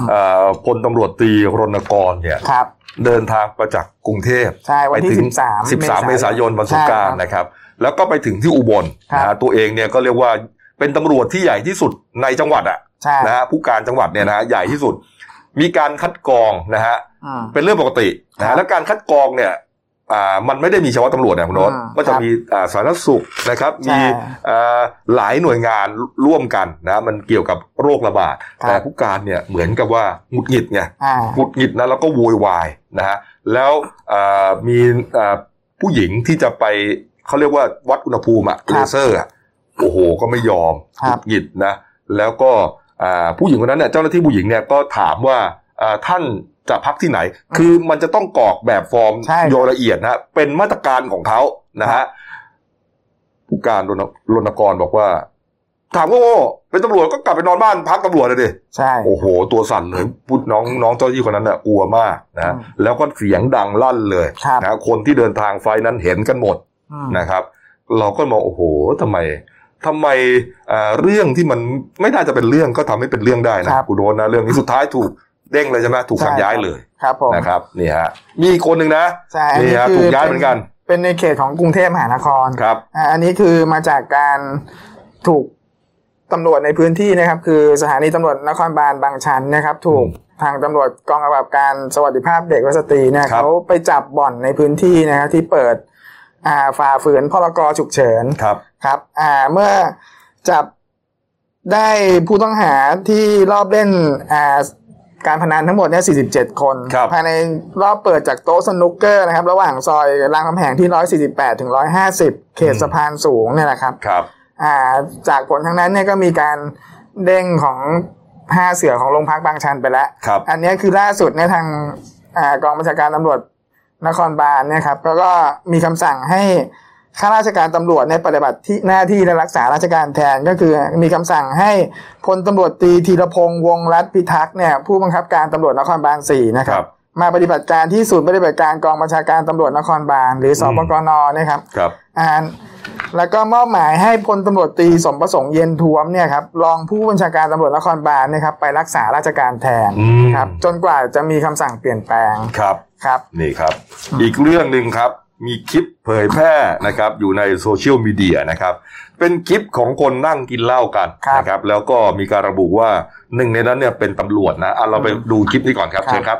S1: เอ่อพลตำรวจตรีรณกรเนี่ย
S4: ครับ
S1: เดินทางมาจากกรุงเทพ
S4: ใช่วันที่สิบสาม
S1: 13 เมษายนวันสงกราร
S4: ใช่คบ
S1: นะครับ แล้วก็ไปถึงที่อุบล
S4: ครับ
S1: นะฮะตัวเองเนี่ยก็เรียกว่าเป็นตำรวจที่ใหญ่ที่สุดในจังหวัดอะ
S4: ใช่
S1: นะฮะผู้การจังหวัดเนี่ยนะฮะใหญ่ที่สุด มีการคัดกรองนะฮะ
S4: อืม
S1: เป็นเรื่องปกตินะ
S4: ครั
S1: ฮะ
S4: บ
S1: แล้วการคัดกรองเนี่ยอ่ามันไม่ได้มีเฉพาะตำรวจนะคุณโนต
S4: อืม
S1: ก็จะมีอ่าสาธารณสุขนะครับ
S4: ใช่
S1: มีอ่าหลายหน่วยงานร่วมกันนะมันเกี่ยวกับโรคระบาด
S4: ครับ
S1: แต่ผู้การเนี่ยเหมือนกับว่าหงุดหงิดไง
S4: อ่า
S1: หงุดหงิดนะแล้วก็โวยวายนะฮะแล้วเอ่อมีเอ่อผู้หญิงที่จะไปเขาเรียกว่าวัดอุณหภูมิอะ
S4: ค
S1: เล
S4: รับ
S1: เซอร์อะโอ้โห ก็ไม่ยอม
S4: ค
S1: ห
S4: รั
S1: งุ
S4: บ
S1: ดหงิดนะแล้วก็อ่าผู้หญิงคนนั้นเนี่ยเจ้าหน้าที่ผู้หญิงเนี่ยก็ถามว่าอ่าท่านจะพักที่ไหน คือมันจะต้องกรอกแบบฟอร์ม
S4: ใช่
S1: โดยละเอียดนะฮะเป็นมาตรการของเขานะฮะผู้การรณรณกรบอกว่า ถามว่าโอ้เป็นตำรวจก็กลับไปนอนบ้านพักตำรวจเลยดิ
S4: ใช่
S1: โอ้โห ตัวสั่นเลยพูดน้องน้องเจ้าหน้าที่คนนั้นน่ะกลัวมากนะ
S4: อืม
S1: แล้วก็เสียงดังลั่นเลย
S4: ครับ
S1: นะ คนที่เดินทางไฟล์นั้นเห็นกันหมด
S4: อืม
S1: นะครับ เราก็มองโอ้โหทำไมทำไมเอ่อเรื่องที่มันไม่น่าจะเป็นเรื่องก็ทำให้เป็นเรื่องได้นะครับ กูโดนนะเรื่องนี้สุดท้ายถูกเด้งเลยใช่ไหมถูกสั่งย้ายเลย
S4: ครับผม
S1: นะครับนี่ฮะมีอีกคนหนึ่งนะ
S4: ใช่อัน
S1: นี่
S4: นี้
S1: ฮะ
S4: คือ
S1: ถูกย้ายเหมือนกัน
S4: เป็นในเขตของกรุงเทพมหานคร
S1: ครับ
S4: อ่าอันนี้คือมาจากการถูกตำรวจในพื้นที่นะครับ คือสถานีตำรวจนครบาลบางชันนะครับ ถูก
S1: อื
S4: ทางตำรวจกองกำกับการสวัสดิภาพเด็กและสตรีเนี่ย
S1: ครับ
S4: เขาไปจับบ่อนในพื้นที่นะครับที่เปิดอ่าฝ่าฝืนพรกฉุกเฉิน
S1: ครับ
S4: ครับอ่าเมื่อจับได้ผู้ต้องหาที่รอบเล่นอ่าการพนันทั้งหมดเนี่ย 47 คน
S1: ครับ
S4: ภายในรอบเปิดจากโต๊ะสนุกเกอร์นะครับ ระหว่างซอยรามคำแหงที่ 148 ถึง 150 เขตสะพานสูงเนี่ยแหละครับ
S1: ครับ
S4: อ่าจากผลทั้งนั้นเนี่ยก็มีการเด้งของ 5 เสือของโรงพักบางชันไปแล้ว
S1: ครับ
S4: อันเนี้ยคือล่าสุดเนี่ยทางอากองบัญชาการตำรวจนครบาลเนี่ยครับก็ก็มีคำสั่งให้ข้าราชการตำรวจเนี่ยปฏิบัติที่หน้าที่และรักษาราชการแทนก็คือมีคำสั่งให้พลตำรวจตรีธีรพงษ์วงศ์รัตน์พิทักษ์เนี่ยผู้บังคับการตำรวจนครบาลสี่นะค
S1: ครั
S4: รับ บ มาปฏิบัติการที่ศูนย์ปฏิบัติการกองบัญชาการตำรวจนครบาลหรือสปกนนะครับ
S1: ครับ
S4: อ่านแล้วก็มอบหมายให้พลตำรวจตรีสมประสงค์เย็นท้วมเนี่ยครับรองผู้บัญชาการตำรวจนครบาลเนี่ยครับไปรักษาราชการแทน
S1: อืม
S4: ครับจนกว่าจะมีคำสั่งเปลี่ยนแปลง
S1: ครับ
S4: ครับ
S1: นี่ครับ อีกเรื่องหนึ่งครับ มีคลิปเผยแพร่นะครับอยู่ในโซเชียลมีเดียนะครับ เป็นคลิปของคนนั่งกินเหล้ากัน
S4: ครับ
S1: นะครับ แล้วก็มีการระบุว่าหนึ่งในนั้นเนี่ยเป็นตำรวจนะอ่ะเราไปดูคลิปนี้ก่อนครับเชิญครับ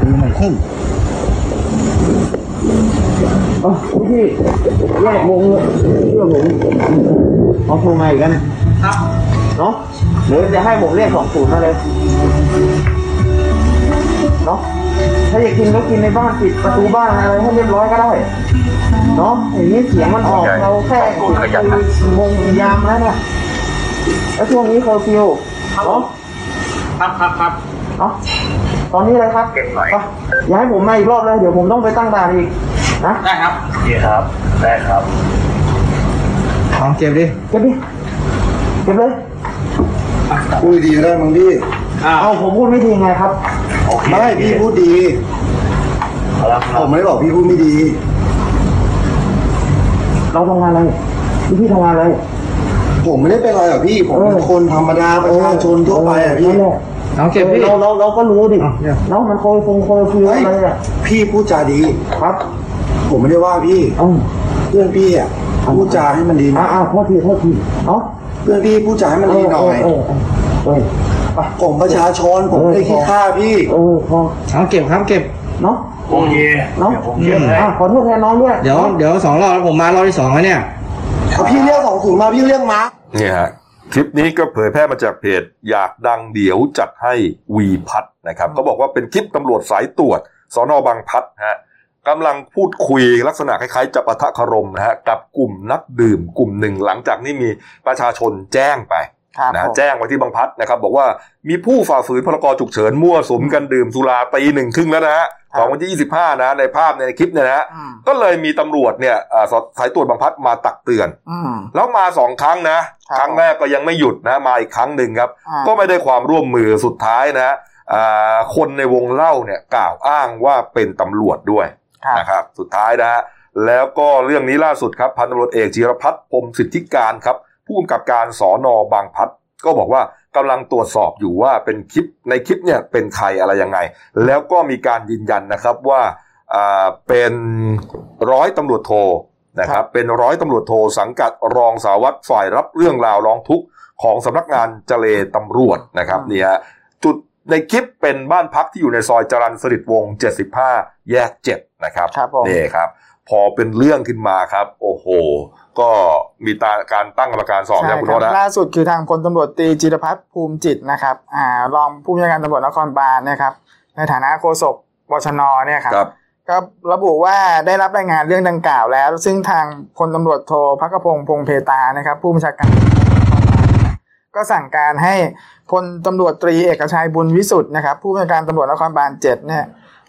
S5: ตีใหม่ขึ้นอ๋อพี่แยกวงเลยเชื่อผมเอาโทรมาอีกแล้วนะครับ เนาะเดี๋ยวจะให้ผมเรียกสองศูนย์มาเลย เนาะถ้าอยากกินก็กินในบ้านปิดประตูบ้านอะไรให้เรียบร้อยก็ได้ เนาะอย่างนี้เสียงมันออก
S1: ใช่
S5: เราแค่
S1: ขอบคุณขยันนะ
S5: คุยงงยามแล้วเนี่ย แล้วช่วงนี้เคอร์ฟิวเนาะ
S6: ครับครับครับ
S5: เอาตอนนี้เลยครับไปอย่าให้ผมมาอีกรอบเลย เดี๋ยวผมต้องไปตั้งด่านอีก นะ
S6: ได้ครับดีครับ ได้ครับ
S7: เอาเก็บดิ
S5: เก็บดิ เก็บเลย
S7: พูดดีได้มึงดิ
S5: เอาผมพูดไม่ดีไงครับ
S7: ไม่พี่พูดดี ผมไม่ได้บอกพี่พูดไม่ดี
S5: เราทำงานอะไรพี่พี่ทำงานอะไร
S7: ผมไม่ได้เป็นอะไรหรอกพี่ ผมเป็นคนธรรมดาประชาชนทั่วไปอะพี่
S5: นั่นแหละ
S7: เอาเก็บพี่
S5: เราเราเราก็รู้ดิ
S7: เอาเนี่ย
S5: เนาะมันโคยฟงโคยฟิว
S7: เฮ้ย
S5: อะไรอ่ะ
S7: พี่พูดจาดี
S5: ครับ
S7: ผมไม่ได้ว่าพี่
S5: เอ้า
S7: เพื่อนพี่อ่ะพูดจาให้มันดี
S5: อ่า
S7: นะ
S5: อ่าโทษทีโทษทีเอ้า
S7: เพื่อนพี่พูดจาให้มันดีหน่อย
S5: เออเออเออเออไป
S7: ผมประชาชนผมไม่ได้ขี้ข้าพี่
S5: เออพอ
S8: เอาเก็บครับเก็บ
S5: เนาะ
S6: โอเค
S5: เนาะ
S8: เยี่ยมเลย
S5: อ่ะขอโทษแทนน้องด้วย
S8: เดี๋ยวเดี๋ยวสองรอบแล้วผมมารอบที่สองแล้วเนี่ย
S7: เอาพี่เรียกสองศูนย์มาพี่เรียกมา
S1: นี่ฮะคลิปนี้ก็เผยแพร่มาจากเพจ อยากดังเดี๋ยวจัดให้วีพัฒน์นะครับก็บอกว่าเป็นคลิปตำรวจสายตรวจสอนอบางพลัดฮะกำลังพูดคุยลักษณะคล้ายๆจะปะทะคารมนะฮะกับกลุ่มนักดื่มกลุ่มหนึ่งหลังจากนี้มีประชาชนแจ้งไป
S4: ครับ
S1: นะ
S4: ผ
S1: ฮะ
S4: ม
S1: แจ้งไว้ที่บางพลัดนะครับบอกว่ามีผู้ฝ่าฝืนพรกฉุกเฉินมั่วสุมกันดื่มสุราตีหนึ่งครึ่งแล้วนะฮะของวันที่ 25 นะในภาพในคลิปเนี่ยนะฮะ
S4: อืม
S1: ก็เลยมีตำรวจเนี่ยอ่าสายตรวจบางพลัดมาตักเตือน
S4: อืม
S1: แล้วมาสองครั้งนะ
S4: ครับ
S1: ครั้งแรกก็ยังไม่หยุดนะ มาอีกครั้งหนึ่งครับ
S4: อ่า
S1: ก็ไม่ได้ความร่วมมือสุดท้ายนะอ่าคนในวงเล่าเนี่ยกล่าวอ้างว่าเป็นตำรวจด้วย
S4: ครับ
S1: นะครับ สุดท้ายนะฮะแล้วก็เรื่องนี้ล่าสุดครับพันตำรวจเอกจิรพัฒน์พรหมสิทธิการครับ ผู้กำกับการสอนอบางพลัดก็บอกว่ากำลังตรวจสอบอยู่ว่าเป็นคลิปในคลิปเนี่ยเป็นใครอะไรยังไง แล้วก็มีการยืนยันนะครับว่าอ่าเป็นร้อยตำรวจโทนะครับ เป็นร้อยตำรวจโทสังกัดรองสารวัตรฝ่ายรับเรื่องราวร้องทุกข์ของสำนักงานเจเลตำรวจนะครับ
S4: อืม
S1: นี่ฮะจุดในคลิปเป็นบ้านพักที่อยู่ในซอยจรัญสนิทวงศ์75 แยก 7 นะครับ
S4: ครับผม
S1: นี่ครับ พอเป็นเรื่องขึ้นมาครับ โอ้โห ก็มีตาการตั้งกรรมการสอบนะคุณโร
S4: ใช่
S1: จ
S4: รั
S1: นะ
S4: ล่าสุดคือทางพลตำรวจตรีจิรพัฒน์ภูมิจิตนะครับอ่ารองผู้บัญชาการตำรวจนครบาลเนะครับ ในฐานะโฆษกบชนเนี่ยครับ
S1: ครับ
S4: ก็ระบุว่าได้รับรายงานเรื่องดังกล่าวแล้ว ซึ่งทางพลตำรวจโทพักพงษ์พงเพตานะครับ ผู้บัญชาการ ก็สั่งการให้พลตำรวจตรีเอกชัยบุญวิสุทธ์นะครับ ผู้บัญชาการตำรวจนครบาลเจ็ดเนี่ย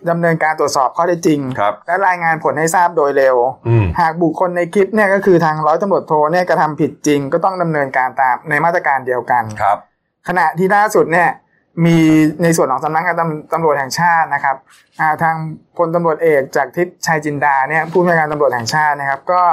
S4: ดำเนินการตรวจสอบข้อได้จริง
S1: ครับ
S4: และรายงานผลให้ทราบโดยเร็ว
S1: อืม
S4: หากบุคคลในคลิปเนี่ยก็คือทางร้อยตำรวจโทเนี่ยกระทำผิดจริง ก็ต้องดำเนินการตามในมาตรการเดียวกัน
S1: ครับ
S4: ขณะที่ล่าสุดเนี่ยมีในส่วนของสำนักงานตำตำรวจแห่งชาตินะครับอ่าทางพลตำรวจเอกจากทิพย์ชัยจินดาเนี่ยผู้บัญชาการตำรวจแห่งชาตินะครับ ก็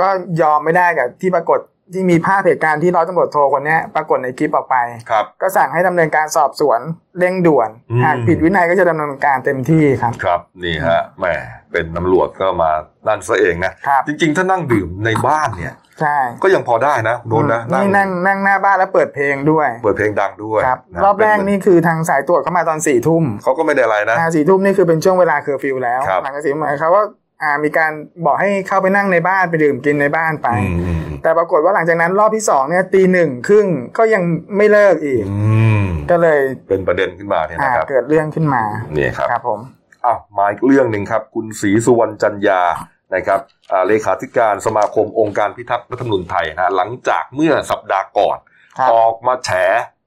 S4: ก็ยอมไม่ได้กับที่ปรากฏที่มีภาพเหตุการณ์ที่ร้อยตำรวจโทคนเนี้ยปรากฏในคลิปออกไป
S1: ครับ
S4: ก็สั่งให้ดำเนินการสอบสวนเร่งด่วน
S1: อืม
S4: หากผิดวินัยก็จะดำเนินการเต็มที่ครับ
S1: ครับนี่ฮะแหมเป็นตำรวจก็มานั่นซะเองนะครับ จริง ๆ ถ้านั่งดื่มในบ้านเนี่ย
S4: ใช่
S1: ก็ยังพอได้นะโดนนะ
S4: นี่นั่งนั่งหน้าบ้านแล้วเปิดเพลงด้วย
S1: เปิดเพลงดังด้วย
S4: ครับ
S1: นะ
S4: รอบแรก
S1: เป็
S4: นี่คือทางสายตรวจเข้ามาตอนสี่ทุ่ม
S1: เขาก็ไม่ได้อะไรนะ
S4: อ่าสี่ทุ่มนี่คือเป็นช่วงเวลาเคอร์ฟิวแล้ว
S1: ครับ
S4: หลังจากสี่ทุ่มเขาก็อ่ามีการบอกให้เข้าไปนั่งในบ้านไปดื่มกินในบ้านไป
S1: อืมอืม
S4: แต่ปรากฏว่าหลังจากนั้นรอบที่สองเนี่ยตีหนึ่งครึ่งก็ยังไม่เลิกอีก
S1: อืม
S4: ก็เลย
S1: เป็นประเด็นขึ้นมาเนี่ย
S4: อ่า
S1: นะครับ
S4: เกิดเรื่องขึ้นมา
S1: นี่ครับ
S4: ครับผม
S1: อ้าวมาอีกเรื่องหนึ่งครับ คุณศรีสุวรรณจันยานะครับอ่าเลขาธิการสมาคมองค์การพิทักษ์รัฐธรรมนูญไทยนะฮะหลังจากเมื่อสัปดาห์ก่อน
S4: ครับ
S1: ออกมาแฉ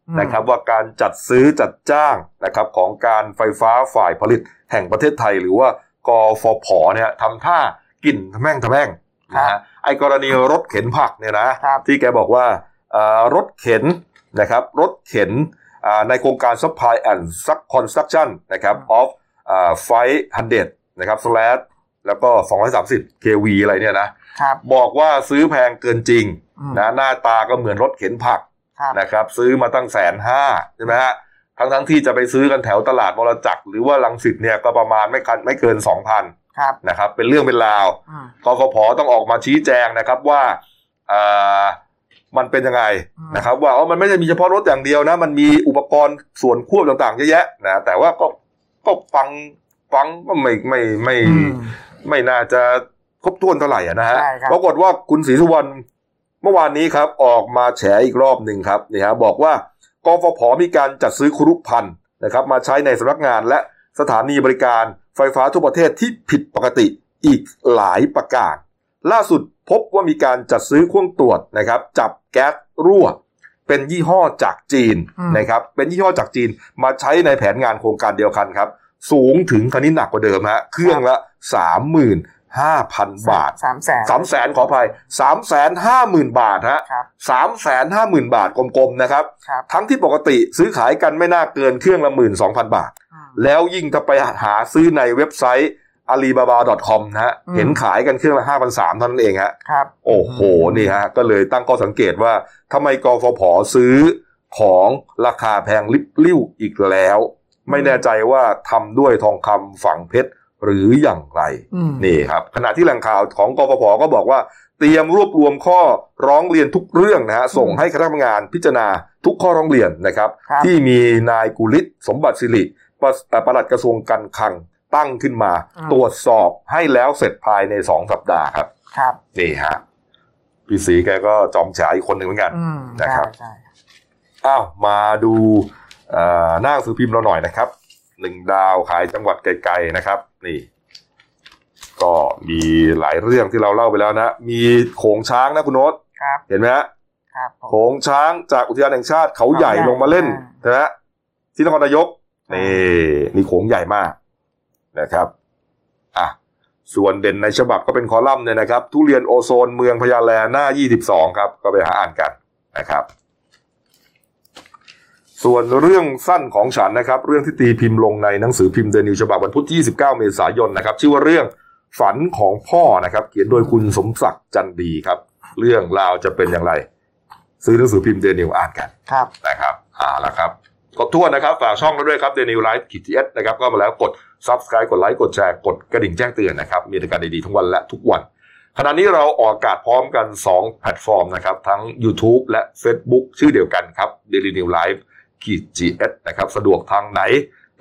S4: อืม
S1: นะครับว่าการจัดซื้อจัดจ้างนะครับของการไฟฟ้าฝ่ายผลิตแห่งประเทศไทย หรือว่ากฟผเนี่ยทำท่ากลิ่นทะแม่งทะแม่งนะฮะไอกรณีรถเข็นผักเนี่ยนะครับ ที่แกบอกว่าอ่ารถเข็นนะครับรถเข็น อ่าในโครงการ Supply and Sub Construction นะครับ of ไฟฮันเดนะครับ slash แล้วก็ 230 kV อะไรเนี่ยนะ
S4: ครับ
S1: บอกว่าซื้อแพงเกินจริง
S4: อืม
S1: นะหน้าตาก็เหมือนรถเข็นผัก
S4: ครับ
S1: นะครับ ซื้อมาตั้งแสนห้าใช่ไหมฮะทั้งทั้งๆที่จะไปซื้อกันแถวตลาดมรจักรหรือว่าลังสิตเนี่ยก็ประมาณไม่คันไม่เกิน 2,000
S4: ครับ
S1: นะครับเป็นเรื่องเป็นราว
S4: อืม
S1: กกพต้องออกมาชี้แจงนะครับว่าอ่ามันเป็นยังไง
S4: อืม
S1: นะครับ ว่าอ๋อมันไม่ได้มีเฉพาะรถอย่างเดียวนะ มันมีอุปกรณ์ส่วนควบต่างๆเยอะแยะนะแต่ว่าก็ก็ฟังฟังก็ไม่ไม่ไม่
S4: อืม
S1: ไม่น่าจะครบถ้วนเท่าไหร่อะนะฮะ
S4: ใช่ครับ
S1: ปรากฏว่าคุณศรีสุวรรณเมื่อวานนี้ครับออกมาแฉอีกรอบหนึ่งครับนี่ฮะบอกว่ากฟผมีการจัดซื้อครุพันธ์นะครับ มาใช้ในสำนักงานและ สถานีบริการไฟฟ้าทั่วประเทศที่ผิดปกติอีกหลายประการ ล่าสุดพบว่ามีการจัดซื้อเครื่องตรวจนะครับ จับแก๊สรั่ว เป็นยี่ห้อจากจีน
S4: อืม
S1: นะครับ เป็นยี่ห้อจากจีนมาใช้ในแผนงานโครงการเดียวกันครับ สูงถึงคันนี้หนักกว่าเดิมฮะเครื่องละ 35,000 บาท
S4: สามแสน
S1: สามแสนขออภัยสามแสนห้าหมื่นบาทฮะ
S4: ครับ
S1: สามแสนห้าหมื่นบาทกลมๆนะครับ
S4: ครับ
S1: ทั้งที่ปกติซื้อขายกันไม่น่าเกินเครื่องละหมื่นสองพันบาท
S4: อืม
S1: แล้วยิ่งถ้าไปหาซื้อในเว็บไซต์ alibaba.com นะฮะ
S4: อืม
S1: เห็นขายกันเครื่องละห้าพันสามเท่านั้นเองฮะ
S4: ครับ
S1: โอ้โห นี่ฮะ ก็เลยตั้งข้อสังเกตว่าทำไมกฟผซื้อของราคาแพงลิบลิ่วอีกแล้ว ไม่แน่ใจว่าทำด้วยทองคำฝังเพชรหรืออย่างไร
S4: อืม
S1: นี่ครับขณะที่แหล่งข่าวของกฟผก็บอกว่า เตรียมรวบรวมข้อร้องเรียนทุกเรื่องนะฮะส่งให้คณะทำงานพิจารณาทุกข้อร้องเรียนนะครับ
S4: ครับ
S1: ที่มีนายกุลิศสมบัติสิริปะเอ่อประหลัดกระทรวงการคลังตั้งขึ้นมา ตรวจสอบให้แล้วเสร็จภายในสองสัปดาห์ครับ
S4: ครับ
S1: นี่ฮะพี่สีแกก็จอมฉายอีกคนหนึ่งเหมือนกัน
S4: อืม
S1: นะครับ
S4: ใช่ใช่
S1: อ้าวมาดูเอ่อหน้าหนังสือพิมพ์เราหน่อยนะครับหนึ่งดาวขายจังหวัดไกลๆนะครับ นี่ ก็มีหลายเรื่องที่เราเล่าไปแล้วนะ มีโขงช้างนะคุณโน้ต
S4: ครับ
S1: เห็นไหมฮะ
S4: ครับผม
S1: โขงช้างจากอุทยานแห่งชาติเขาใหญ่
S4: เขาใหญ่
S1: ลงมาเล่น
S4: อ่าน
S1: นะฮะที่นครนายกนี่นี่โขงใหญ่มากนะครับอ่ะส่วนเด่นในฉบับก็เป็นคอลัมน์เนี่ยนะครับ ทุเรียนโอโซนเมืองพะยาแลหน้า 22 ครับ ก็ไปหาอ่านกันนะครับ ส่วนเรื่องสั้นของฉันนะครับ เรื่องที่ตีพิมพ์ลงในหนังสือพิมพ์เดนิวฉบับวันพุธที่ 29 เมษายนนะครับ ชื่อว่าเรื่องฝันของพ่อนะครับ เขียนโดยคุณสมศักดิ์จันดีครับ เรื่องราวจะเป็นอย่างไร ซื้อหนังสือพิมพ์เดนิวอ่านกัน
S4: ครับ
S1: นะครับอ่าละครับขอบทั่วนนะครับฝากช่องเราด้วยครับเดนิวไลฟ์ขีดทีเอสนะครับก็มาแล้วกด subscribe กดไลค์กดแชร์กดกระดิ่งแจ้งเตือนนะครับมีรายการดีๆทั้งวันและทุกวัน ขณะนี้เราออกอากาศพร้อมกัน 2 แพลตฟอร์มนะครับ ทั้ง YouTube และ Facebook ชื่อเดียวกันครับ Daily New Life ขีด GS นะครับ สะดวกทางไหน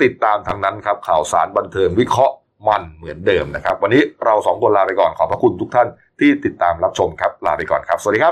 S1: ติดตามทางนั้นครับ ข่าวสารบันเทิงวิเคราะห์มันเหมือนเดิมนะครับ วันนี้เราสองคนลาไปก่อนขอบพระคุณทุกท่านที่ติดตามรับชมครับ ลาไปก่อนครับ สวัสดีครับ